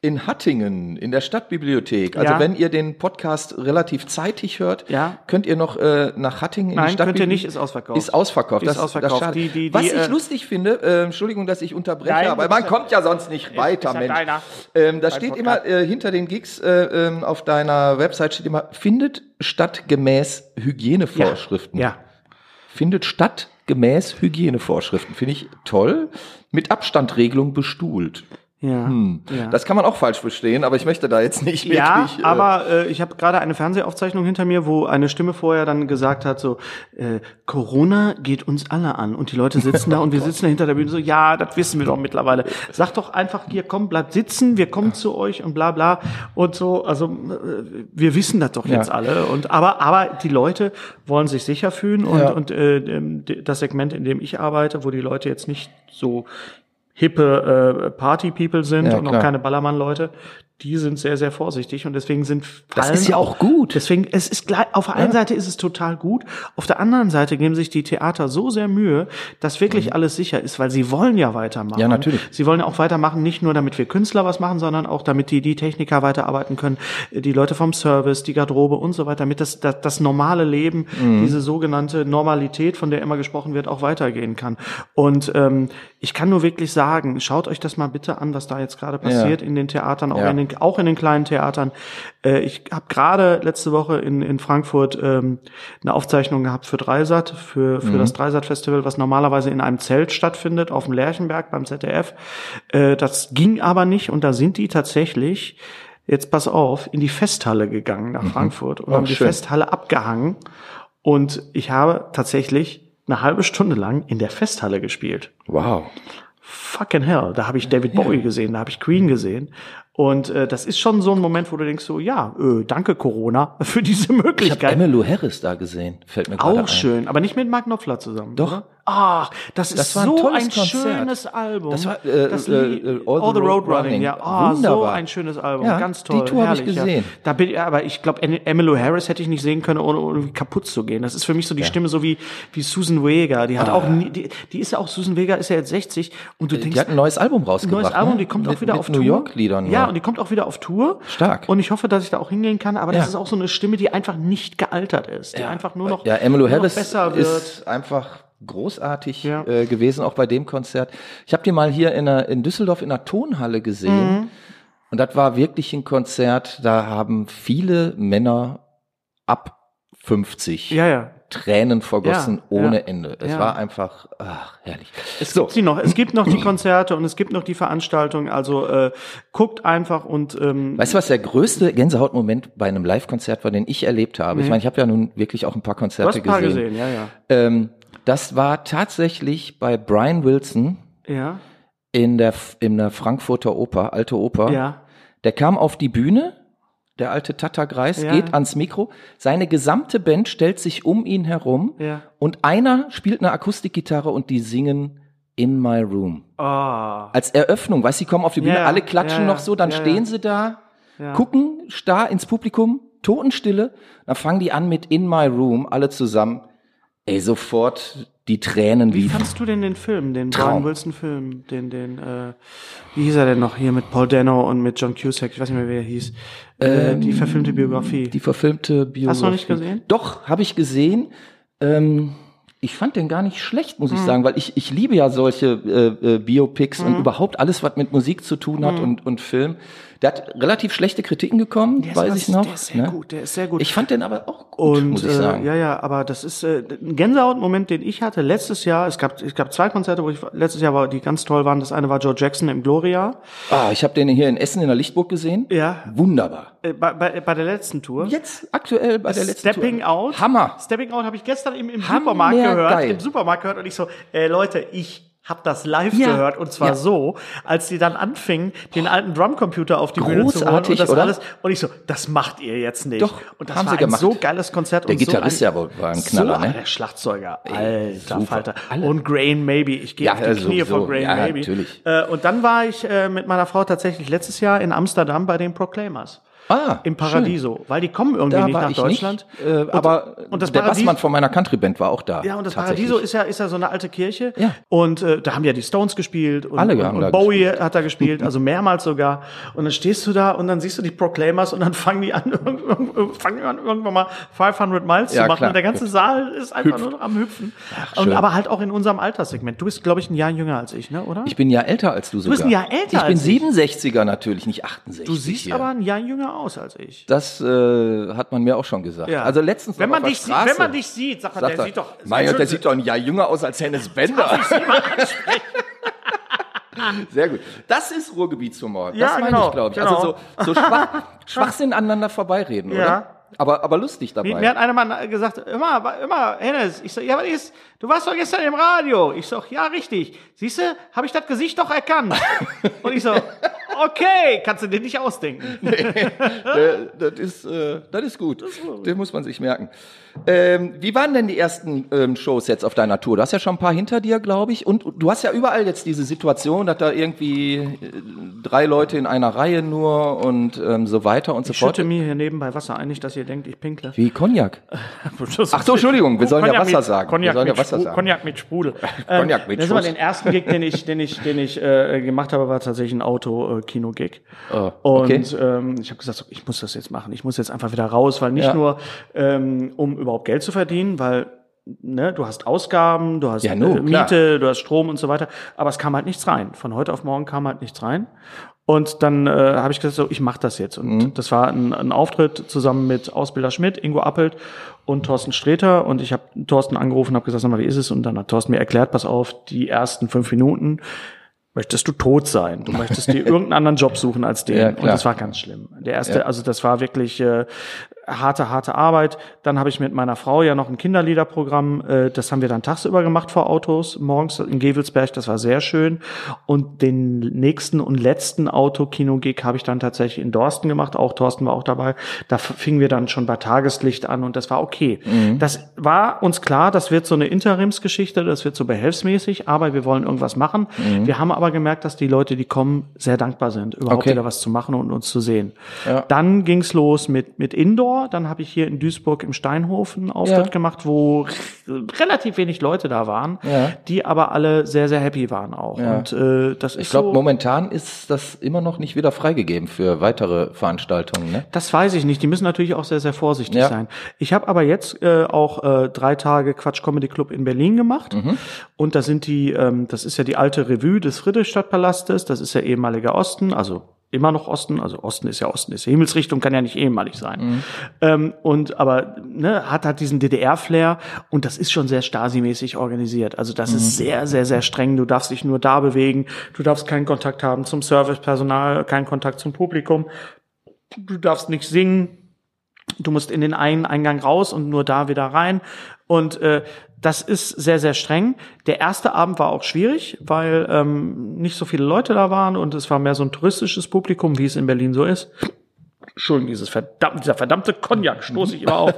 in Hattingen, in der Stadtbibliothek. Also
Ja.
wenn ihr den Podcast relativ zeitig hört,
Ja.
könnt ihr noch äh, nach Hattingen in die
Nein, könnt ihr
Stadtbibliothek.
nicht, ist ausverkauft.
Ist ausverkauft.
Ist
das, Das
ausverkauft.
schade.
Die- die- die,
Was ich
äh,
lustig finde, äh, Entschuldigung, dass ich unterbreche,
Nein,
aber
du
man
bist ja-
kommt ja sonst nicht weiter,
ist ja
Mensch.
deiner.
Ähm, da
Dein
steht
Podcast.
immer äh, hinter den Gigs äh, ähm, auf deiner Website steht immer findet statt gemäß Hygienevorschriften.
Ja.
Findet statt gemäß Hygienevorschriften. Finde ich toll. Mit Abstandregelung bestuhlt.
Ja. ja.
Hm. Das kann man auch falsch verstehen, aber ich möchte da jetzt nicht
ja,
wirklich. äh,
aber äh, ich habe gerade eine Fernsehaufzeichnung hinter mir, wo eine Stimme vorher dann gesagt hat, so, äh, Corona geht uns alle an. Und die Leute
<laughs>
sitzen da
Oh
und wir sitzen da hinter der Bühne so, ja, das wissen wir doch mittlerweile. Sagt doch einfach hier, komm, bleibt sitzen, wir kommen zu euch und bla bla und so. Also äh, wir wissen das doch jetzt alle. Und aber, aber die Leute wollen sich sicher fühlen und, und äh, ähm, d- das Segment, in dem ich arbeite, wo die Leute jetzt nicht so hippe äh, Party-People sind
Ja,
und noch
klar.
keine Ballermann-Leute, die sind sehr, sehr vorsichtig und deswegen sind
Das
allen
ist ja auch gut.
Deswegen, es ist gleich, auf der einen Seite ist es total gut, auf der anderen Seite geben sich die Theater so sehr Mühe, dass wirklich alles sicher ist, weil sie wollen ja weitermachen.
Mhm. Ja, natürlich.
Sie wollen auch weitermachen, nicht nur damit wir Künstler was machen, sondern auch damit die, die Techniker weiterarbeiten können, die Leute vom Service, die Garderobe und so weiter, damit das, das, das normale Leben,
Mhm.
diese sogenannte Normalität, von der immer gesprochen wird, auch weitergehen kann. Und ähm, ich kann nur wirklich sagen, schaut euch das mal bitte an, was da jetzt gerade passiert in den Theatern, auch,
Ja.
in den, auch in den kleinen Theatern. Äh, ich habe gerade letzte Woche in, in Frankfurt ähm, eine Aufzeichnung gehabt für Dreisat, für,
Mhm.
für das Dreisat-Festival, was normalerweise in einem Zelt stattfindet, auf dem Lerchenberg beim ZDF. Äh, das ging aber nicht und da sind die tatsächlich, jetzt pass auf, in die Festhalle gegangen nach Frankfurt und
Oh,
haben die
schön.
Festhalle abgehangen. Und ich habe tatsächlich eine halbe Stunde lang in der Festhalle gespielt
wow.
fucking hell, da habe ich David Bowie gesehen, da habe ich
Mhm.
Queen gesehen. Und äh, das ist schon so ein Moment, wo du denkst so, ja, äh, danke Corona <laughs> für diese
Ich habe
Möglichkeit.
Emmylou Harris da gesehen. Fällt mir gerade
Auch
ein.
schön, aber nicht mit Mark Knopfler zusammen.
Doch.
Oder? Ach, das ist
Das war ein
so
tolles
ein
Konzert.
schönes Album.
Das war, äh,
Das
äh,
Lied-
äh,
All, the Road Running. Ja, oh, so
Wunderbar.
ein schönes Album,
Ja,
ganz
die
toll.
Tour hab ich
herrlich,
gesehen.
Ja. Da bin ich, aber ich glaube, Emmylou Harris hätte ich nicht sehen können, ohne irgendwie kaputt zu gehen. Das ist für mich so die Stimme, so wie wie Susan Vega. Die hat auch, nie, die, die ist ja auch Susan Vega ist ja jetzt 60 und du denkst,
Ah. Die hat ein neues Album rausgebracht.
neues Album, die
ne?
kommt
mit,
auch wieder
mit
auf
New
Tour.
York-Liedern.
Ja, und die kommt auch wieder auf Tour.
Stark.
Und ich hoffe, dass ich da auch hingehen kann, aber
Ja.
das ist auch so eine Stimme, die einfach nicht gealtert ist, die einfach nur noch,
ja, Emmylou
nur noch
Harris
besser wird.
ist einfach großartig
Ja.
äh, gewesen, auch bei dem Konzert. Ich habe die mal hier in, der, in Düsseldorf in der Tonhalle gesehen.
Mhm.
Und das war wirklich ein Konzert, da haben viele Männer ab 50
ja, ja.
Tränen vergossen
Ja, ja.
ohne Ende. Es
Ja.
war einfach, ach, herrlich.
Es gibt sie noch. Es gibt noch
<clears throat>
die Konzerte und es gibt noch die Veranstaltungen. Also äh, guckt einfach und ähm,
Weißt du, was der größte Gänsehautmoment bei einem Live-Konzert war, den ich erlebt habe? Ich meine, ich habe ja nun wirklich auch ein paar
du hast
Konzerte
ein paar
gesehen.
gesehen. Ja, ja.
Ähm, das war tatsächlich bei Brian Wilson
Ja,
in der, in der Frankfurter Oper, alte Oper.
ja.
Der kam auf die Bühne, der alte Tata Greis,
Ja.
geht ans Mikro. Seine gesamte Band stellt sich um ihn herum
Ja.
und einer spielt eine Akustikgitarre und die singen In My Room.
Ah,
Als Eröffnung, weißt du, die kommen auf die Bühne,
Ja, ja.
alle klatschen
Ja, ja.
noch so, dann
Ja, ja.
stehen sie da,
ja.
gucken starr ins Publikum, Totenstille, dann fangen die an mit In My Room, alle zusammen. Ey, sofort die Tränen
Wie
liefen.
fandst du denn den Film, den
Traum.
Brian Wilson Film, den den äh, wie hieß er denn noch hier mit Paul Dano und mit John Cusack? Ich weiß nicht mehr, wer er hieß. Äh, die verfilmte Biografie.
Ähm, Die verfilmte Biografie.
Hast du noch nicht gesehen?
Doch, habe ich gesehen. Ähm, ich fand den gar nicht schlecht, muss ich
Hm.
sagen, weil ich, ich liebe ja solche äh, äh, Biopics und überhaupt alles, was mit Musik zu tun
Hm.
hat und, und Film. Der hat relativ schlechte Kritiken bekommen, weiß
was-
ich noch.
Der ist sehr
ne?
gut. Der ist sehr gut.
Ich fand den aber auch gut,
Und
muss ich sagen.
Äh, ja, ja, aber das ist äh, ein Gänsehautmoment, den ich hatte letztes Jahr. Es gab, es gab zwei Konzerte, wo ich letztes Jahr war, die ganz toll waren. Das eine war Joe Jackson im Gloria.
ah, ich habe den hier in Essen in der Lichtburg gesehen.
Ja.
Wunderbar.
Äh, bei, bei, bei der letzten Tour.
Jetzt aktuell bei der letzten
Stepping
Tour.
Out.
Hammer.
Stepping Out habe ich gestern im, im
Hammer
Supermarkt gehört.
geil.
Im Supermarkt gehört und ich so, äh, Leute, ich hab das live
Ja.
gehört und zwar
Ja.
so, als die dann anfingen, den alten Drumcomputer auf die Bühne zu holen
Großartig,
und das
oder?
alles. Und ich so, das macht ihr jetzt nicht.
Doch,
und das
haben
war
sie
ein
gemacht.
so geiles Konzert.
Der
und so
Gitarrist
ein,
ja wohl war ein Knaller,
so,
ne?
Der Schlagzeuger, alter
super.
Falter.
Alle.
Und Grain Maybe, ich gehe
Ja,
auf die
also
Knie
so.
vor Grain
Ja,
Maybe.
natürlich.
Äh, und dann war ich äh, mit meiner Frau tatsächlich letztes Jahr in Amsterdam bei den Proclaimers. Ah, Im Paradiso. Weil die kommen irgendwie
Da
nicht
war
nach
ich
Deutschland.
nicht, äh, aber
und das
der
Paradies-
Bassmann von meiner Country-Band war auch da.
Ja, und das
tatsächlich.
Paradiso ist ja, ist ja so eine alte Kirche.
Ja.
Und äh, da haben ja die Stones gespielt und,
Alle
und,
haben
und
da
Bowie hat da gespielt, also mehrmals sogar. Und dann stehst du da und dann siehst du die Proclaimers und dann fangen die an, <laughs> fangen die an irgendwann mal 500 Miles
Ja,
zu machen.
klar.
Und der ganze Saal ist einfach nur noch am Hüpfen. und,
schön.
aber halt auch in unserem Alterssegment. Du bist, glaube ich, ein Jahr jünger als ich, ne? oder?
Ich bin ja älter als du sogar.
bist ein Jahr älter
Ich bin
als ich.
67er natürlich, nicht 68.
du siehst
hier.
aber ein Jahr jünger aus als ich.
Das äh, hat man mir auch schon gesagt. Also letztens
wenn
noch
man,
auf der
dich sieht,
Straße
wenn man dich sieht, sagt man,
sagt
der
er,
sieht doch.
Mein Gott, der sieht doch ein Jahr jünger aus als Hennes Bender. <laughs> Sehr gut. Das ist Ruhrgebietshumor. Das
Ja,
meine
genau,
ich, glaube ich.
genau.
Also so, so
<laughs>
schwach, Schwachsinn aneinander vorbeireden,
Ja.
oder? Aber, aber lustig dabei.
Mir, mir hat einer mal gesagt, immer, immer, Hennes, ich sag, ja, was ist, du warst doch gestern im Radio. Ich sag, ja, richtig. Siehst du, habe ich das Gesicht doch <laughs> erkannt. Und ich so, okay, kannst du dir nicht ausdenken.
Äh, das, ist, äh, das ist gut. Den muss man sich merken. Ähm, wie waren denn die ersten ähm, Shows jetzt auf deiner Tour? Du hast ja schon ein paar hinter dir, glaube ich. Und du hast ja überall jetzt diese Situation, dass da irgendwie äh, drei Leute in einer Reihe nur und ähm, so weiter und so
Ich
fort.
schütte mir hier nebenbei Wasser ein, nicht, dass ihr denkt, ich pinkle.
Wie Cognac.
Ach
so, Entschuldigung, wir sollen ja Wasser
mit,
sagen. Wir
Cognac
sollen ja
mit
Wasser
Spru-
sagen.
Cognac
<laughs>
mit Sprudel. Ähm,
Cognac mit
das war
Schuss.
den ersten Gig, den ich, den ich, den ich äh, gemacht habe, war tatsächlich ein Auto-Kino-Gig.
Oh, okay.
Und ähm, ich habe gesagt, so, ich muss das jetzt machen. Ich muss jetzt einfach wieder raus, weil nicht
Ja.
nur, ähm, um überhaupt Geld zu verdienen, weil Ne, du hast Ausgaben, du hast
Ja, nu,
äh,
klar.
Miete, du hast Strom und so weiter. Aber es kam halt nichts rein. Von heute auf morgen kam halt nichts rein. Und dann äh, habe ich gesagt, so, ich mache das jetzt. Und
Mhm.
das war ein, ein Auftritt zusammen mit Ausbilder Schmidt, Ingo Appelt und Thorsten Sträter. Und ich habe Thorsten angerufen und habe gesagt, sag mal, wie ist es? Und dann hat Thorsten mir erklärt, pass auf, die ersten fünf Minuten möchtest du tot sein. Du möchtest
<laughs>
dir irgendeinen anderen Job suchen als den.
Ja,
und
klar.
das war ganz schlimm. Der erste, also das war wirklich äh, harte, harte Arbeit. Dann habe ich mit meiner Frau ja noch ein Kinderliederprogramm. Äh, das haben wir dann tagsüber gemacht vor Autos, morgens in Gevelsberg. Das war sehr schön. Und den nächsten und letzten Autokino-Gig habe ich dann tatsächlich in Dorsten gemacht. Auch Thorsten war auch dabei. Da f- fingen wir dann schon bei Tageslicht an und das war okay. Das war uns klar, das wird so eine Interimsgeschichte, das wird so behelfsmäßig, aber wir wollen irgendwas machen. Wir haben aber gemerkt, dass die Leute, die kommen, sehr dankbar sind, überhaupt
Okay.
wieder was zu machen und uns zu sehen. Dann ging's los mit, mit Indoor. Dann habe ich hier in Duisburg im Steinhof einen Auftritt
Ja.
gemacht, wo r- relativ wenig Leute da waren,
Ja.
die aber alle sehr, sehr happy waren auch. Und äh, das ist
Ich glaube,
so,
momentan ist das immer noch nicht wieder freigegeben für weitere Veranstaltungen. Ne?
Das weiß ich nicht. Die müssen natürlich auch sehr, sehr vorsichtig
Ja.
sein. Ich habe aber jetzt äh, auch äh, drei Tage Quatsch Comedy Club in Berlin gemacht. Und da sind die, ähm, das ist ja die alte Revue des Friedrichstadtpalastes. Das ist ja ehemaliger Osten, also immer noch Osten. Also Osten ist ja Osten, ist ja Himmelsrichtung, kann ja nicht ehemalig sein. Ähm, und aber ne, hat hat diesen DDR-Flair und das ist schon sehr Stasi-mäßig organisiert. Also das ist sehr, sehr, sehr streng. Du darfst dich nur da bewegen. Du darfst keinen Kontakt haben zum Servicepersonal, keinen Kontakt zum Publikum du darfst nicht singen, du musst in den einen Eingang raus und nur da wieder rein. Und äh, das ist sehr, sehr streng. Der erste Abend war auch schwierig, weil ähm, nicht so viele Leute da waren und es war mehr so ein touristisches Publikum, wie es in Berlin so ist. Entschuldigung, dieses verdammte, dieser verdammte Cognac stoße ich immer auf.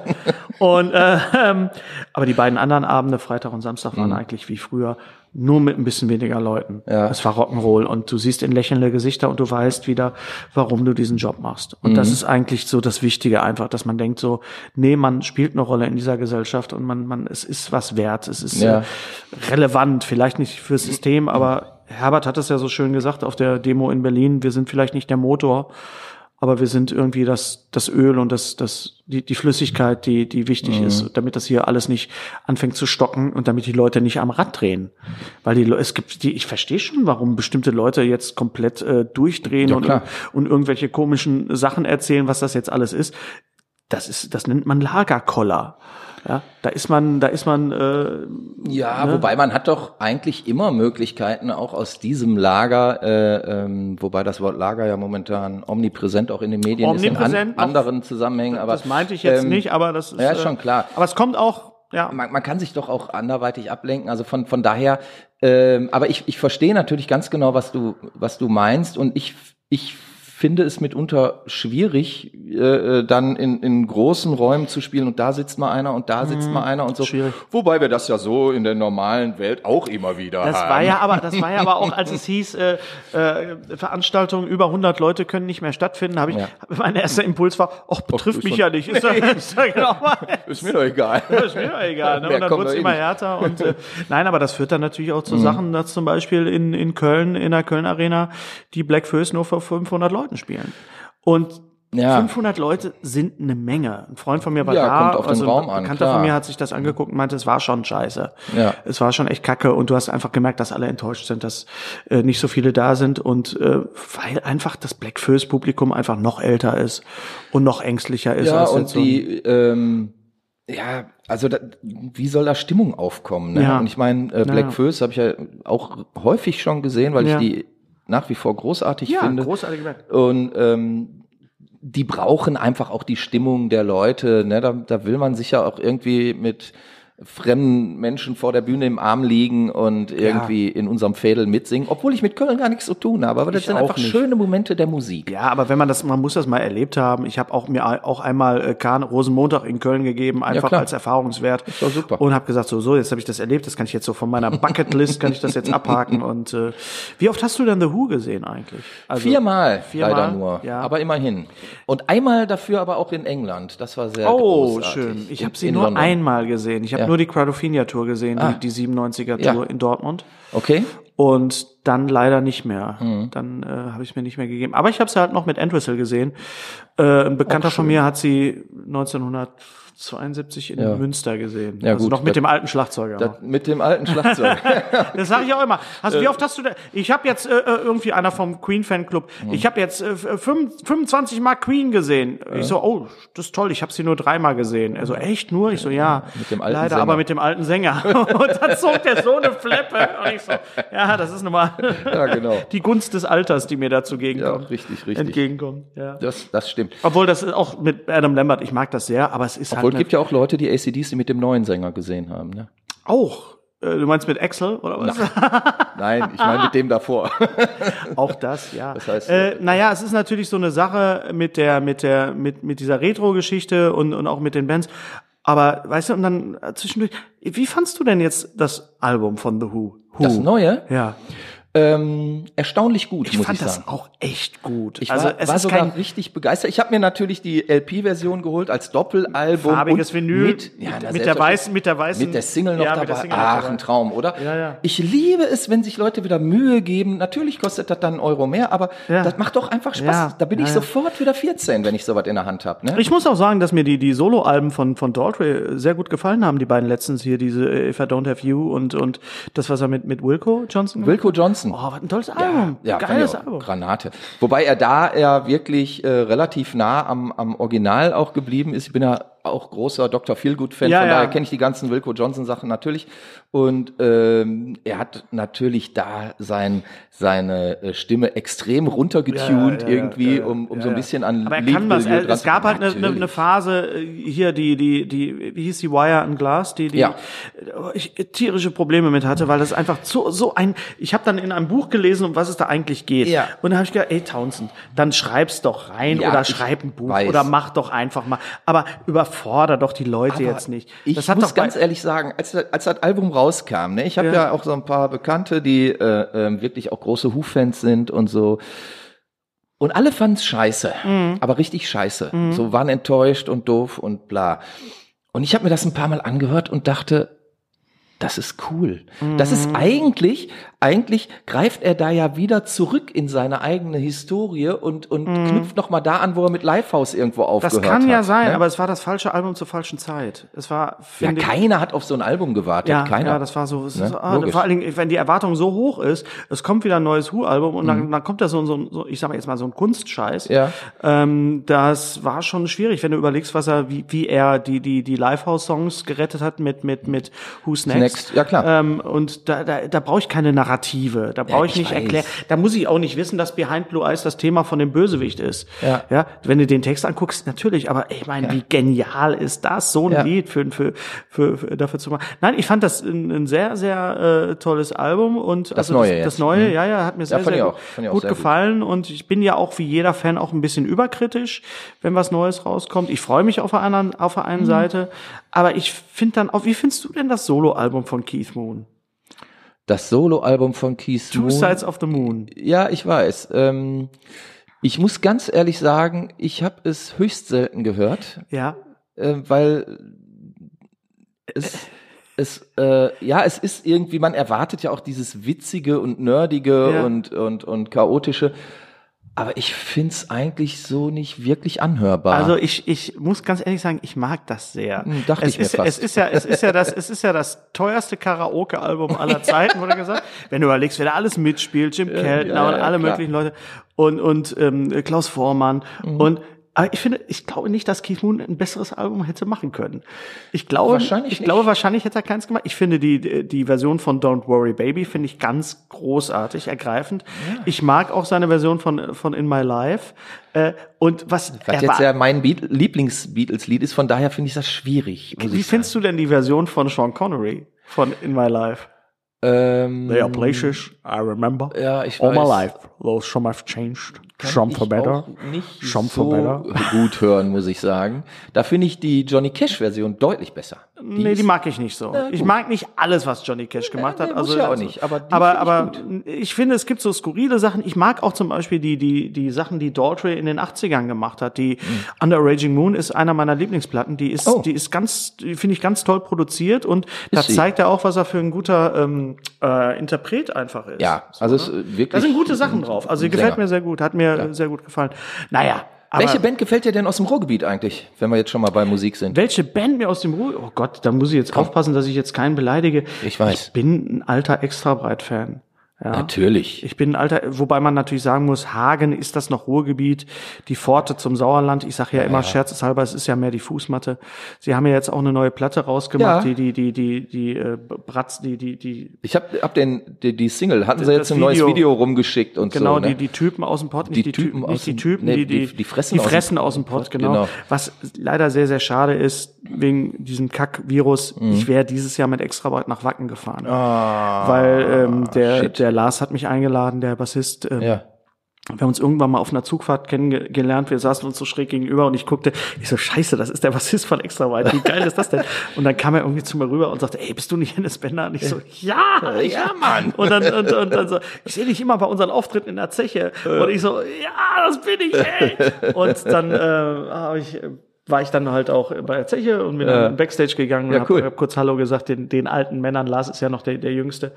Und, äh, ähm, aber die beiden anderen Abende, Freitag und Samstag, waren eigentlich wie früher, nur mit ein bisschen weniger Leuten.
Mhm. Ja.
Es war Rock'n'Roll und du siehst in lächelnde Gesichter und du weißt wieder, warum du diesen Job machst. Und
Mhm.
das ist eigentlich so das Wichtige einfach, dass man denkt so, nee, man spielt eine Rolle in dieser Gesellschaft und man, man, es ist was wert, es ist
Ja.
äh, relevant, vielleicht nicht fürs System, aber Herbert hat es ja so schön gesagt auf der Demo in Berlin, wir sind vielleicht nicht der Motor, aber wir sind irgendwie das, das Öl und das, das, die, die Flüssigkeit, die, die wichtig
Mhm.
ist, damit das hier alles nicht anfängt zu stocken und damit die Leute nicht am Rad drehen. Weil die, Le- es gibt die, ich verstehe schon, warum bestimmte Leute jetzt komplett äh, durchdrehen
Ja,
und,
klar.
und irgendwelche komischen Sachen erzählen, was das jetzt alles ist. Das ist, das nennt man Lagerkoller. Ja, da ist man, da ist man, äh,
Ja, wobei man hat doch eigentlich immer Möglichkeiten, auch aus diesem Lager, äh, ähm, wobei das Wort Lager ja momentan omnipräsent auch in den Medien ist, in
Omnipräsent,
an, anderen Zusammenhängen. Aber,
das meinte ich jetzt
ähm,
nicht, aber das ist,
ja, ist
äh,
schon klar.
Aber es kommt auch, ja.
man, man kann sich doch auch anderweitig ablenken. Also von, von daher, ähm, aber ich, ich verstehe natürlich ganz genau, was du, was du meinst. Und ich, ich finde es mitunter schwierig, äh, dann in, in großen Räumen zu spielen und da sitzt mal einer und da sitzt mal einer und so.
Mhm. schwierig.
Wobei wir das ja so in der normalen Welt auch immer wieder
Das
haben.
war ja aber, das war ja aber auch, als es hieß, äh, äh, Veranstaltungen über 100 Leute können nicht mehr stattfinden, habe ich,
Ja.
<laughs> mein erster Impuls war, ach, betrifft
ist
mich
schon-
ja nicht. <laughs> Ist doch, ist doch genau <laughs>
Ist mir doch egal.
ist mir doch egal. Ne?
Wer
Und dann
kommt
wird's
da
immer
hin?
härter.
<laughs>
Und, äh, nein, aber das führt dann natürlich auch
Mhm.
zu Sachen, dass zum Beispiel in, in Köln, in der Köln Arena, die Black First nur vor 500 Leuten spielen. Und
Ja.
500 Leute sind eine Menge. Ein Freund von mir war
Ja,
da,
kommt auf den
also
Raum
ein
an,
Bekannter von
klar.
mir hat sich das angeguckt und meinte, es war schon scheiße.
Ja.
Es war schon echt kacke und du hast einfach gemerkt, dass alle enttäuscht sind, dass äh, nicht so viele da sind und äh, weil einfach das Black First Publikum einfach noch älter ist und noch ängstlicher ist.
Ja,
als jetzt
und
so ein-
die, ähm, ja, also da, wie soll da Stimmung aufkommen? Ne?
Ja.
Und ich meine, äh, Black
Ja.
First habe ich ja auch häufig schon gesehen, weil
Ja.
ich die nach wie vor großartig
ja,
finde.
großartige Band.
Und ähm, die brauchen einfach auch die Stimmung der Leute. Ne? Da, da will man sich ja auch irgendwie mit fremden Menschen vor der Bühne im Arm liegen und irgendwie in unserem Fädel mitsingen, obwohl ich mit Köln gar nichts zu tun habe. Aber das
Ich
sind
auch
einfach
nicht.
schöne Momente der Musik.
Ja, aber wenn man das, man muss das mal erlebt haben. Ich habe auch mir a- auch einmal äh, Kahn Rosenmontag in Köln gegeben, einfach
klar.
als Erfahrungswert.
Ist doch super.
Und habe gesagt, so, so, jetzt habe ich das erlebt, das kann ich jetzt so von meiner Bucketlist, kann ich das jetzt <laughs> abhaken. Und äh, wie oft hast du denn The Who gesehen eigentlich? Also,
Viermal,
viermal,
leider nur,
ja.
aber immerhin. Und einmal dafür aber auch in England. Das war sehr
Oh,
großartig.
schön. Ich
In-
habe sie
in
nur
London.
einmal gesehen. Ich habe
Ja.
nur die Crowdophinia-Tour gesehen,
Ah.
die, die
Ja.
97er-Tour in Dortmund.
Okay.
Und dann leider nicht mehr.
Mhm.
Dann äh, habe ich es mir nicht mehr gegeben. Aber ich habe sie halt noch mit Entwistle gesehen. Äh, ein Bekannter von mir hat sie 1972 in
Ja.
Münster gesehen.
Ja,
also
gut,
noch mit
das-
dem alten Schlagzeuger.
Das, mit dem alten Schlagzeug.
<laughs> Das sage ich auch immer. Also
Äh.
wie oft hast du da? Ich habe jetzt äh, äh, irgendwie einer vom Queen Fanclub.
Mhm.
Ich habe jetzt äh, f- fünf- 25 Mal Queen gesehen. Ich so, oh, das ist toll. Ich habe sie nur dreimal gesehen. Also echt nur? Ich so, ja. Mit
dem alten
Leider,
Sänger.
aber mit dem alten Sänger. <laughs> Und dann zog der so eine Fleppe. Und ich so, ja, das ist nun mal
ja, genau.
die Gunst des Alters, die mir dazu
Ja,
entgegenkommt.
richtig, richtig.
Entgegenkommt. Ja.
Das, das stimmt.
Obwohl das ist auch mit Adam Lambert. Ich mag das sehr, aber es ist
Obwohl, es
halt
gibt ja auch Leute, die ACDs mit dem neuen Sänger gesehen haben.
<laughs>
Ne?
eine, auch. Äh, Du meinst mit Axel oder was?
Nein, ich meine mit dem davor.
Auch das,
<laughs>
ja. Das
heißt,
äh, naja, es ist natürlich so eine Sache mit der, mit der, mit, mit dieser Retro-Geschichte und, und auch mit den Bands. Aber weißt du, und dann äh, zwischendurch, wie fandst du denn jetzt das Album von The Who? Who?
Das neue?
Ja,
Ähm, erstaunlich gut,
ich
muss
fand
ich
das
sagen.
auch echt gut. Also,
Ich war, war
ist
sogar
kein-
richtig begeistert. Ich habe mir natürlich die LP-Version geholt als Doppelalbum.
Farbiges
und
Vinyl
Mit, ja,
mit-
na,
mit der weißen- mit der weißen-
Mit der Single noch
ja, mit der
dabei.
Single noch
Ach,
dabei.
ein Traum, oder?
Ja, ja.
Ich liebe es, wenn sich Leute wieder Mühe geben. Natürlich kostet das dann einen Euro mehr, aber
Ja.
das macht doch einfach Spaß.
Ja,
Da bin
ja,
ich
ja.
sofort wieder 14, wenn ich sowas in der Hand habe. Ne?
Ich muss auch sagen, dass mir die, die Solo-Alben von, von Daltrey sehr gut gefallen haben, die beiden letztens hier, diese äh, If I Don't Have You und, und das, was er mit, mit Wilco Johnson gemacht
Wilco Johnson.
hat. Oh, was ein tolles Album.
Ja, fand
Geiles
ich auch.
Album.
Granate. Wobei er da ja wirklich äh, relativ nah am, am Original auch geblieben ist. Ich bin ja auch großer Dr. Feelgood-Fan,
Ja,
von
ja.
daher kenne ich die ganzen Wilco Johnson-Sachen natürlich. Und ähm, er hat natürlich da sein, seine äh, Stimme extrem runtergetuned
Ja, ja, ja,
irgendwie,
ja, ja.
um, um
Ja,
so ein
ja.
bisschen an
Aber er kann was.
Liedmilieu
Er,
dran
es
zu-
gab halt eine, eine,
Natürlich.
eine Phase, äh, hier die, die, die, wie hieß die Wire and Glass, die, die
Ja.
äh, ich äh, tierische Probleme mit hatte, weil das einfach so, so ein, ich habe dann in einem Buch gelesen, um was es da eigentlich geht.
Ja.
Und dann habe ich gedacht, ey Townsend, dann schreib's doch rein
Ja,
oder
ich
schreib ein Buch
weiß.
oder mach doch einfach mal. Aber überforder doch die Leute jetzt nicht.
Ich muss
bei-
ganz ehrlich sagen, als, das- als das Album rauskam, ne, ich habe
Ja.
ja. auch so ein paar Bekannte, die äh, ähm, wirklich auch große Who-Fans sind und so. Und alle fanden es scheiße,
Mhm.
aber richtig scheiße. So waren enttäuscht und doof und bla. Und ich habe mir das ein paar Mal angehört und dachte, das ist cool. Das ist
Mhm.
eigentlich, eigentlich greift er da ja wieder zurück in seine eigene Historie und, und knüpft nochmal da an, wo er mit Lifehouse irgendwo aufgehört
Mhm. das
hat.
kann ja sein,
ne?
aber es war das falsche Album zur falschen Zeit. Es war,
Ja,
finde ich.
keiner hat auf so ein Album gewartet.
Ja,
keiner.
ja, das war so. so
Ne?
so- ah,
Logisch.
vor allen Dingen, wenn die Erwartung so hoch ist, es kommt wieder ein neues Who-Album und
Mhm.
dann, dann kommt da so, ein- so, ein- so, ich sag mal jetzt mal so ein Kunstscheiß.
Ja.
Ähm, das war schon schwierig, wenn du überlegst, was er, wie, wie er die, die, die Lifehouse-Songs gerettet hat mit, mit, mit Who's Next,
Next, Text, ja, klar.
Ähm, und da, da, da brauche ich keine Narrative, da brauche ich
ich
nicht
weiß.
erklären, da muss ich auch nicht wissen, dass Behind Blue Eyes das Thema von dem Bösewicht ist.
Ja.
ja wenn du den Text anguckst, natürlich, aber ich meine, wie genial ist das, so ein
Ja.
Lied für, für, für, für, dafür zu machen. Nein, ich fand das ein, ein sehr, sehr äh, tolles Album und das
Neue
das,
jetzt, Mhm.
das Neue, ja, ja, hat mir sehr,
fand
sehr
ich
gut,
auch, fand ich auch
gut
sehr gut.
gefallen und ich bin ja auch wie jeder Fan auch ein bisschen überkritisch, wenn was Neues rauskommt. Ich freue mich auf der anderen, auf der einen
Mhm.
Seite, aber ich finde dann auch, wie findest du denn das Soloalbum von Keith Moon?
Das Soloalbum von Keith
Two
Moon.
Sides of the Moon.
Ja, ich weiß. Ähm, ich muss ganz ehrlich sagen, ich habe es höchst selten gehört,
Ja.
äh, weil es, es äh, ja, es ist irgendwie, man erwartet ja auch dieses Witzige und Nerdige
Ja.
und, und, und Chaotische. Aber ich find's eigentlich so nicht wirklich anhörbar.
Also ich, ich muss ganz ehrlich sagen, ich mag das sehr.
Hm, dachte
es
ich mir
ist,
fast.
Es ist ja, es ist ja das, es ist ja das teuerste
<laughs>
Karaoke-Album aller Zeiten, wurde gesagt. Wenn du überlegst, wer da alles mitspielt, Jim Keltner
ja,
und
ja,
alle
klar.
möglichen Leute und und ähm, Klaus Vormann
Mhm.
und aber ich finde, ich glaube nicht, dass Keith Moon ein besseres Album hätte machen können. Ich glaube,
Wahrscheinlich
ich
nicht.
glaube, wahrscheinlich hätte er keins gemacht. Ich finde die die Version von Don't Worry Baby finde ich ganz großartig, ergreifend. Ich mag auch seine Version von von In My Life. Äh, Und was,
was
er
jetzt
war-
ja mein Beat- Lieblings-Beatles-Lied ist, von daher finde ich das schwierig. muss
Wie
ich sagen.
findest du denn die Version von Sean Connery von In My Life?
Ähm,
They are places I remember.
Ja, ich
All my
weiß.
life, though some have changed, some
ich
for better.
auch nicht
some for
so
better.
<laughs> gut hören, muss ich sagen. Da finde ich die Johnny Cash-Version deutlich besser. Die
nee, die
ist-
mag ich nicht so. ich mag nicht alles, was Johnny Cash gemacht hat.
nee, muss
also
ich auch
also-
nicht, aber die
aber, aber
find
ich finde, es gibt so skurrile Sachen. Ich mag auch zum Beispiel die, die, die Sachen, die Daltrey in den 80ern gemacht hat. Die Under a Raging Moon ist einer meiner Lieblingsplatten. Die ist,
Hm. Oh.
die ist ganz, die finde ich ganz toll produziert und da
sie.
zeigt er auch, was er für ein guter ähm, äh, Interpret einfach ist.
Ja,
So,
also es
ne?
ist wirklich.
da sind gute Sachen drauf. Also die gefällt
Sänger.
mir sehr gut, hat mir äh, sehr gut gefallen. Naja. aber-
Welche Band gefällt dir denn aus dem Ruhrgebiet eigentlich, wenn wir jetzt schon mal bei Musik sind?
welche Band mir aus dem Ruhe. Oh Gott, da muss ich jetzt aufpassen, dass ich jetzt keinen beleidige.
Ich weiß.
Ich bin ein alter Extrabreit-Fan. Ja.
Ah. Natürlich.
Ich bin ein alter, wobei man natürlich sagen muss, Hagen ist das noch Ruhrgebiet, die Pforte zum Sauerland. Ich sage ja immer scherzeshalber, es ist ja mehr die Fußmatte. Sie haben ja jetzt auch eine neue Platte rausgemacht,
Ja.
die, die, die, die, die, äh, Bratz, die, die, die,
Ich hab, hab den, die, die Single, hatten sie
Das
jetzt ein neues
Video.
Video rumgeschickt und
Genau,
so. Ne?
die, die Typen aus dem Pott, nicht die, Typen,
Typen
nicht
aus
die
dem-
Typen,
nee,
die, die,
die- die fressen aus dem-
fressen aus dem Pott, genau.
genau.
Was leider sehr, sehr schade ist, wegen diesem Kack-Virus.
Mhm.
Ich wäre dieses Jahr mit Extrabeit nach Wacken gefahren.
Ah.
weil ähm, der,
shit.
der Lars hat mich eingeladen, der Bassist. Ähm,
ja.
Wir haben uns irgendwann mal auf einer Zugfahrt kennengelernt. Wir saßen uns so schräg gegenüber und ich guckte, ich so, scheiße, das ist der Bassist von Extrabeit. Wie geil ist das denn? Und dann kam er irgendwie zu mir rüber und sagte, ey, bist du nicht Hennes Bender? Und ich so, ja, ich
Äh, ja, Mann.
und dann, und, und dann so, ich sehe dich immer bei unseren Auftritten in der Zeche.
Äh.
Und ich so, ja, das bin ich, ey. Und dann äh, hab ich, äh, war ich dann halt auch bei der Zeche und bin dann Backstage gegangen und
Ja,
hab,
cool.
hab kurz Hallo gesagt, den, den alten Männern. Lars ist ja noch der, der Jüngste.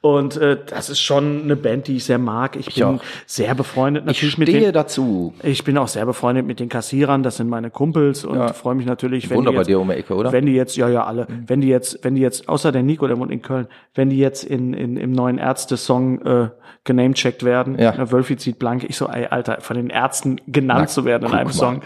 Und äh, das ist schon eine Band, die ich sehr mag. Ich, bin
auch.
sehr befreundet
Ich
natürlich mit
stehe
den,
dazu.
ich bin auch sehr befreundet mit den Kassierern, das sind meine Kumpels und freue mich natürlich, wenn
Wunder
die
bei
jetzt,
dir um die Ecke, oder? Mhm.
Wenn die jetzt, ja, ja, alle, wenn die jetzt, wenn die jetzt, außer der Nico, der wohnt in Köln, wenn die jetzt in, in im neuen Ärzte-Song äh, genamecheckt werden,
Ja.
äh, Wölfi zieht blank, ich so, ey, Alter, von den Ärzten genannt
Na,
zu werden in
guck
einem
mal.
Song.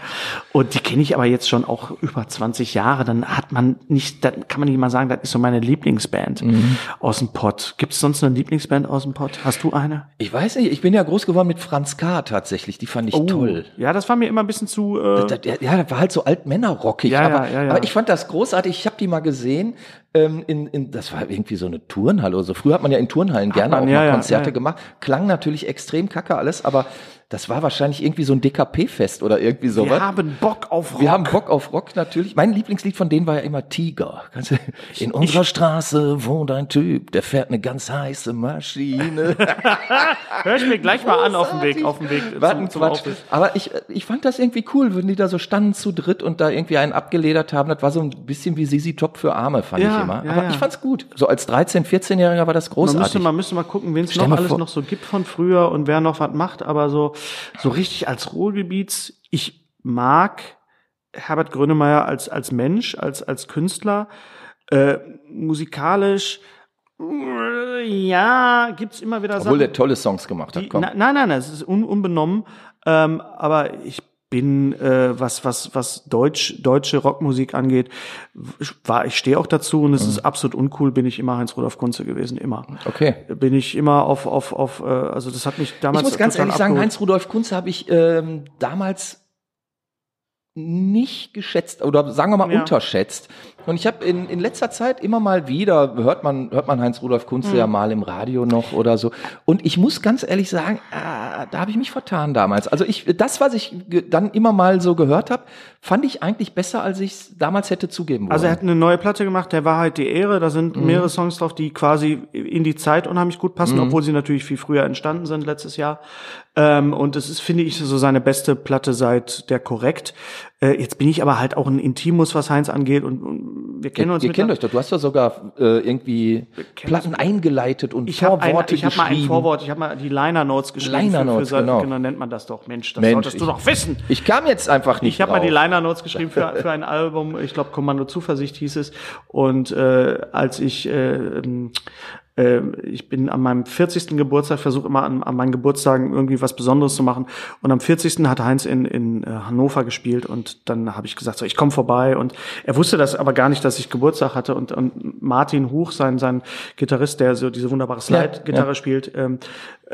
Und die kenne ich aber jetzt schon auch über 20 Jahre, dann hat man nicht, dann kann man nicht mal sagen, das ist so meine Lieblingsband
Mhm.
aus dem Pott. Gibt es sonst eine Lieblingsband aus dem Pott? Hast du eine?
Ich weiß nicht, ich bin ja groß geworden mit Franz K. tatsächlich. Die fand ich
Oh.
toll.
Ja, das war mir immer ein bisschen zu. Äh,
Da- der- Ja, das war halt so altmännerrockig.
Ja, ja,
aber,
ja, ja.
aber ich fand das großartig. Ich habe die mal gesehen. Ähm, in, in, das war irgendwie so eine Turnhalle oder so. Früher hat man ja in Turnhallen gerne
man,
auch
ja,
mal
ja,
Konzerte
ja, ja.
gemacht. Klang natürlich extrem kacke alles, aber das war wahrscheinlich irgendwie so ein DKP-Fest oder irgendwie sowas.
wir haben Bock auf Rock.
Wir haben Bock auf Rock natürlich. Mein Lieblingslied von denen war ja immer Tiger. Kannst du- In unserer Straße wohnt ein Typ, der fährt eine ganz heiße
<laughs>
Maschine.
Hör ich mir gleich mal an auf dem Weg,
Großartig.
auf dem Weg zum-
Warten,
zum
Quatsch.
Auftritt.
Aber ich, ich fand das irgendwie cool, wenn die da so standen zu dritt und da irgendwie einen abgeledert haben. Das war so ein bisschen wie Sisi Top für Arme, fand
Ja,
ich immer.
ja,
Aber
ja.
ich fand's gut. So als 13-, 14-Jähriger war das
Man müsste,
großartig.
mal, müsste mal gucken, wen es noch
mal
alles
vor-
noch so gibt von früher und wer noch was macht, aber so, so richtig als Ruhrgebiets, ich mag Herbert Grönemeyer als, als Mensch, als, als Künstler, äh, musikalisch, äh, ja, gibt's immer wieder
Obwohl
Sachen.
der tolle Songs gemacht hat.
die,
Komm.
na, nein, nein, nein, es ist un, unbenommen, ähm, aber ich bin, äh, was, was, was Deutsch, deutsche Rockmusik angeht, war, ich stehe auch dazu und es
Mhm.
ist absolut uncool, bin ich immer Heinz-Rudolf Kunze gewesen, immer.
Okay.
Bin ich immer auf, auf, auf, äh, also das hat mich damals.
Ich muss ganz
total
ehrlich sagen,
abgeholt.
Heinz-Rudolf Kunze habe ich ähm, damals nicht geschätzt oder sagen wir mal
Ja.
unterschätzt. Und ich habe in, in letzter Zeit immer mal wieder, hört man, hört man Heinz-Rudolf Kunze
Mhm.
ja mal im Radio noch oder so. Und ich muss ganz ehrlich sagen, ah, da habe ich mich vertan damals. Also ich, das, was ich ge- dann immer mal so gehört habe, fand ich eigentlich besser, als ich es damals hätte zugeben wollen.
Also er hat eine neue Platte gemacht, der Wahrheit die Ehre. Da
Mhm.
sind mehrere Songs drauf, die quasi in die Zeit unheimlich gut passen, obwohl sie natürlich viel früher entstanden sind letztes Jahr. Ähm, und es ist, finde ich, so seine beste Platte seit der korrekt. Äh, jetzt bin ich aber halt auch ein Intimus, was Heinz angeht, und, und wir kennen uns.
Ihr kennt
mittler-
euch doch, du hast doch sogar äh, irgendwie Platten eingeleitet und
Ich habe
Vorworte
ich hab mal ein
geschrieben.
Vorwort, ich habe mal die Liner Notes geschrieben.
Liner Notes,
sein-
genau.
genau. nennt man das doch. Mensch, das
Mensch,
solltest du
ich-
doch wissen.
Ich kam jetzt einfach nicht
Ich habe mal die
drauf.
Liner Notes geschrieben für, für ein Album, ich glaube Kommando Zuversicht hieß es. Und äh, als ich, äh, ähm, äh, ich bin an meinem 40. Geburtstag, versuche immer an, an meinen Geburtstagen irgendwie was Besonderes zu machen. Und am 40. hat Heinz in, in äh, Hannover gespielt und dann habe ich gesagt, so ich komme vorbei. Und er wusste das aber gar nicht, dass ich Geburtstag hatte. Und, und Martin Huch, sein, sein Gitarrist, der so diese wunderbare Slide-Gitarre spielt, ähm,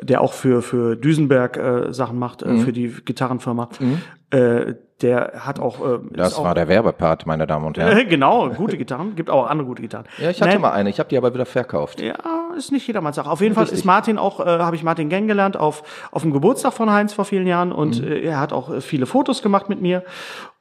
der auch für, für Düsenberg äh, Sachen macht, äh,
Mhm.
für die Gitarrenfirma. Äh, der hat auch. Äh, ist
Das
auch,
war der Werbepart, meine Damen und
<laughs>
Herren.
Äh, genau, gute Gitarren. Gibt auch andere gute Gitarren.
Ja, ich hatte
Nein,
mal eine, ich habe die aber wieder verkauft.
Ja, ist nicht jedermanns Sache. Auf jeden Fall
Richtig.
ist Martin auch, äh, habe ich Martin kennengelernt auf, auf dem Geburtstag von Heinz vor vielen Jahren und
Mhm.
äh, er hat auch äh, viele Fotos gemacht mit mir.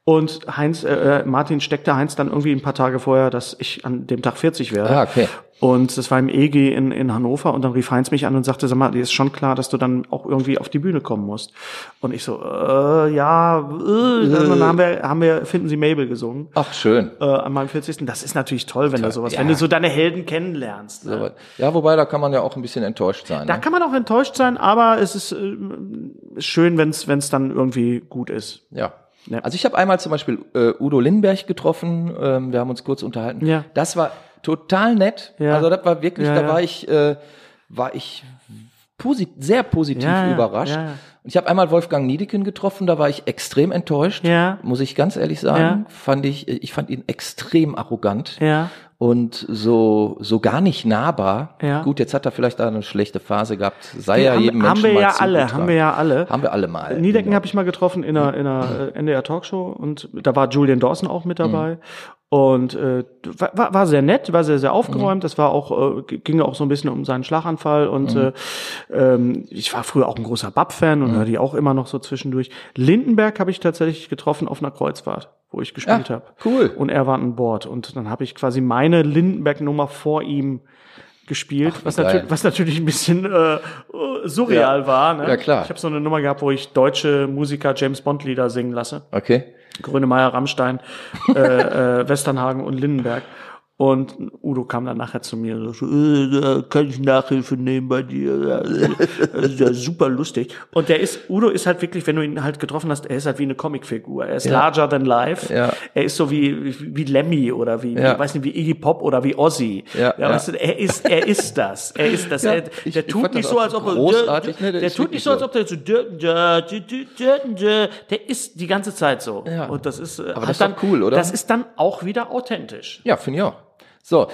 Und Heinz, äh, äh, Martin steckte Heinz dann irgendwie ein paar Tage vorher, dass ich an dem Tag 40 werde.
Ah, okay.
Und das war im EG in, in Hannover und dann rief Heinz mich an und sagte, sag mal, dir ist schon klar, dass du dann auch irgendwie auf die Bühne kommen musst. Und ich so, äh, ja, äh, dann haben wir, haben wir, finden Sie Mabel gesungen
Ach, schön.
äh, an meinem 40. Das ist natürlich toll, wenn du sowas,
ja.
wenn du so deine Helden kennenlernst. Ne?
Aber- Ja, wobei, da kann man ja auch ein bisschen enttäuscht sein.
Da
Ne?
kann man auch enttäuscht sein, aber es ist äh, schön, wenn es dann irgendwie gut ist.
Ja.
Ja.
Also ich habe einmal zum Beispiel äh, Udo Lindberg getroffen, ähm, wir haben uns kurz unterhalten.
Ja.
Das war total nett.
Ja.
Also das war wirklich,
Ja,
da
ja.
war ich, äh, war ich posi sehr positiv
Ja, ja,
überrascht.
ja, ja.
Und ich habe einmal Wolfgang Niedeken getroffen, da war ich extrem enttäuscht,
Ja.
muss ich ganz ehrlich sagen.
Ja.
Fand ich, ich fand ihn extrem arrogant.
Ja.
und so, so gar nicht nahbar.
Ja.
Gut, jetzt hat er vielleicht da eine schlechte Phase gehabt. Sei
Den
ja
haben-
jedem
haben
Menschen
wir
mal
ja alle,
zugetragen.
haben wir ja alle.
Haben wir alle mal. genau.
Niedecken habe ich mal getroffen in einer, in einer äh, NDR Talkshow und da war Julian Dawson auch mit dabei.
Mhm.
Und äh, war, war- war sehr nett, war sehr, sehr
Mhm.
aufgeräumt. Das war auch, äh, g- ging auch so ein bisschen um seinen Schlaganfall. Und
Mhm.
äh, ähm, ich war früher auch ein großer Bab-Fan und höre die auch immer noch so zwischendurch. Lindenberg habe ich tatsächlich getroffen auf einer Kreuzfahrt, wo ich gespielt
Ja,
habe.
Ah, cool.
Und er war an Bord. Und dann habe ich quasi meine Lindenberg-Nummer vor ihm gespielt, was,
geil.
natürlich, was natürlich ein bisschen äh, surreal war. Ne?
Ja, klar.
Ich habe so eine Nummer gehabt, wo ich deutsche Musiker James Bond Lieder singen lasse.
Okay.
Grönemeyer,
<laughs>
Rammstein, äh, äh, Westernhagen und Lindenberg. Und Udo kam dann nachher zu mir und so, äh, äh, kann ich Nachhilfe nehmen bei dir? Das ist ja super lustig. Und der ist, Udo ist halt wirklich, wenn du ihn halt getroffen hast, er ist halt wie eine Comicfigur. Er ist larger than life.
Ja.
Er ist so wie, wie, wie Lemmy oder wie,
Ja.
ich weiß nicht, wie Iggy Pop oder wie Ozzy.
Ja, ja.
Weißt du, er ist, er ist das. Er ist das.
Ja,
er,
ich-
der
ich
tut
fand
nicht
das
so,
auch
als ob
großartig, ne?
der,
Der
der
ist
tut
wirklich
nicht so, als
so.
ob der so, der ist die ganze Zeit so.
Ja.
Und das ist, äh,
Aber
hat
das ist doch cool, oder?
Das ist dann auch wieder authentisch.
Ja, finde ich auch. So.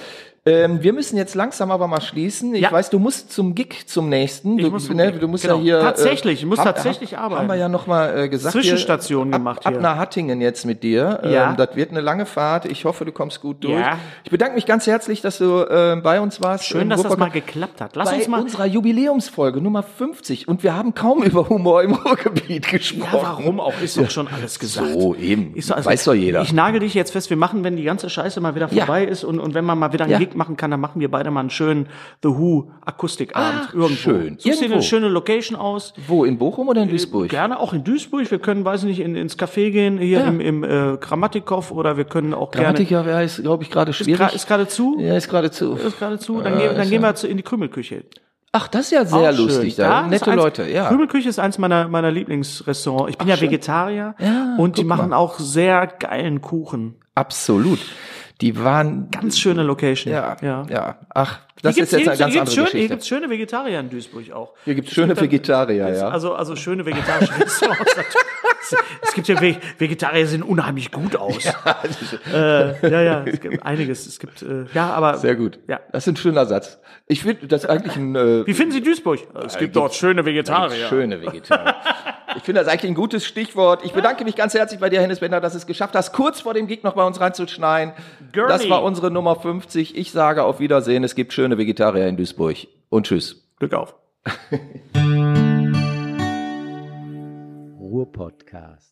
Ähm, wir müssen jetzt langsam aber mal schließen. Ich
Ja.
weiß, du musst zum Gig zum nächsten. Du,
Ich muss zum
ne,
Gig,
du musst
genau.
ja hier.
Tatsächlich, ich muss tatsächlich
haben,
arbeiten.
Haben wir ja nochmal äh, gesagt. hier,
Zwischenstation
ab,
gemacht
Ab
hier.
nach Hattingen jetzt mit dir.
Ja.
Ähm, das wird eine lange Fahrt. Ich hoffe, du kommst gut durch.
Ja.
Ich bedanke mich ganz herzlich, dass du äh, bei uns warst.
Schön,
im
dass das
Ruhrpott-
mal geklappt hat. Lass
bei
uns mal.
unserer Jubiläumsfolge Nummer 50 und wir haben kaum <laughs> über Humor im Ruhrgebiet gesprochen.
Ja, warum auch? Ist doch schon alles gesagt.
So, Oh, eben.
Ist doch- also-
Weiß doch jeder.
Ich nagel dich jetzt fest, wir machen, wenn die ganze Scheiße mal wieder
Ja.
vorbei ist und, und wenn man mal wieder einen
Ja.
Gig machen kann, dann machen wir beide mal einen schönen The Who Akustikabend
Ach,
irgendwo.
schön.
Such dir
Irgendwo.
eine schöne Location aus.
Wo, in Bochum oder in Duisburg?
Äh, Gerne auch in Duisburg. Wir können, weiß nicht, in, ins Café gehen, hier
Ja.
im, im äh, Grammatikow oder wir können auch gerne.
Grammatiker ja, ist, glaube ich, gerade
Ist gra-
schwierig.
Ist gerade zu?
ja, ist gerade zu.
Ist gerade zu? Dann,
Äh,
gehen, dann
ist
gehen
ja-
wir zu, in die Krümelküche.
Ach, das ist ja sehr
Auch schön.
lustig
Ja,
da.
das ist
Nette
eins,
Leute, ja.
Krümelküche ist eins meiner, meiner Lieblingsrestaurants. Ich bin ja Vegetarier
Ja,
und die
guck mal.
machen auch sehr geilen Kuchen.
Absolut. Die waren
Ganz schöne Location.
Mhm. ja,
ja.
ja. Ach, das
Hier gibt's-
ist jetzt
hier
eine ganz
gibt's
andere
schön, Hier
Geschichte.
gibt es schöne Vegetarier in Duisburg auch.
Hier gibt's schöne
dann-
Vegetarier,
es-
ja.
Also, also schöne vegetarische <laughs> Restaurants. natürlich. es gibt ja Ve- Vegetarier, sehen unheimlich gut aus. Ja, äh, ja, ja, es gibt einiges. Es gibt, äh, ja, aber.
Sehr gut.
Ja.
Das ist ein schöner Satz. Ich finde das eigentlich ein
<laughs>
äh,
Wie finden Sie Duisburg? Es gibt dort schöne Vegetarier.
Schöne Vegetarier. Ich finde das eigentlich ein gutes Stichwort. Ich bedanke mich ganz herzlich bei dir, Hennes Bender, dass du es geschafft hast, kurz vor dem Gig noch bei uns reinzuschneiden.
Gurney.
Das war unsere Nummer 50. Ich sage auf Wiedersehen. Es gibt schöne Vegetarier in Duisburg. Und tschüss.
Glück auf.
Ruhr Podcast.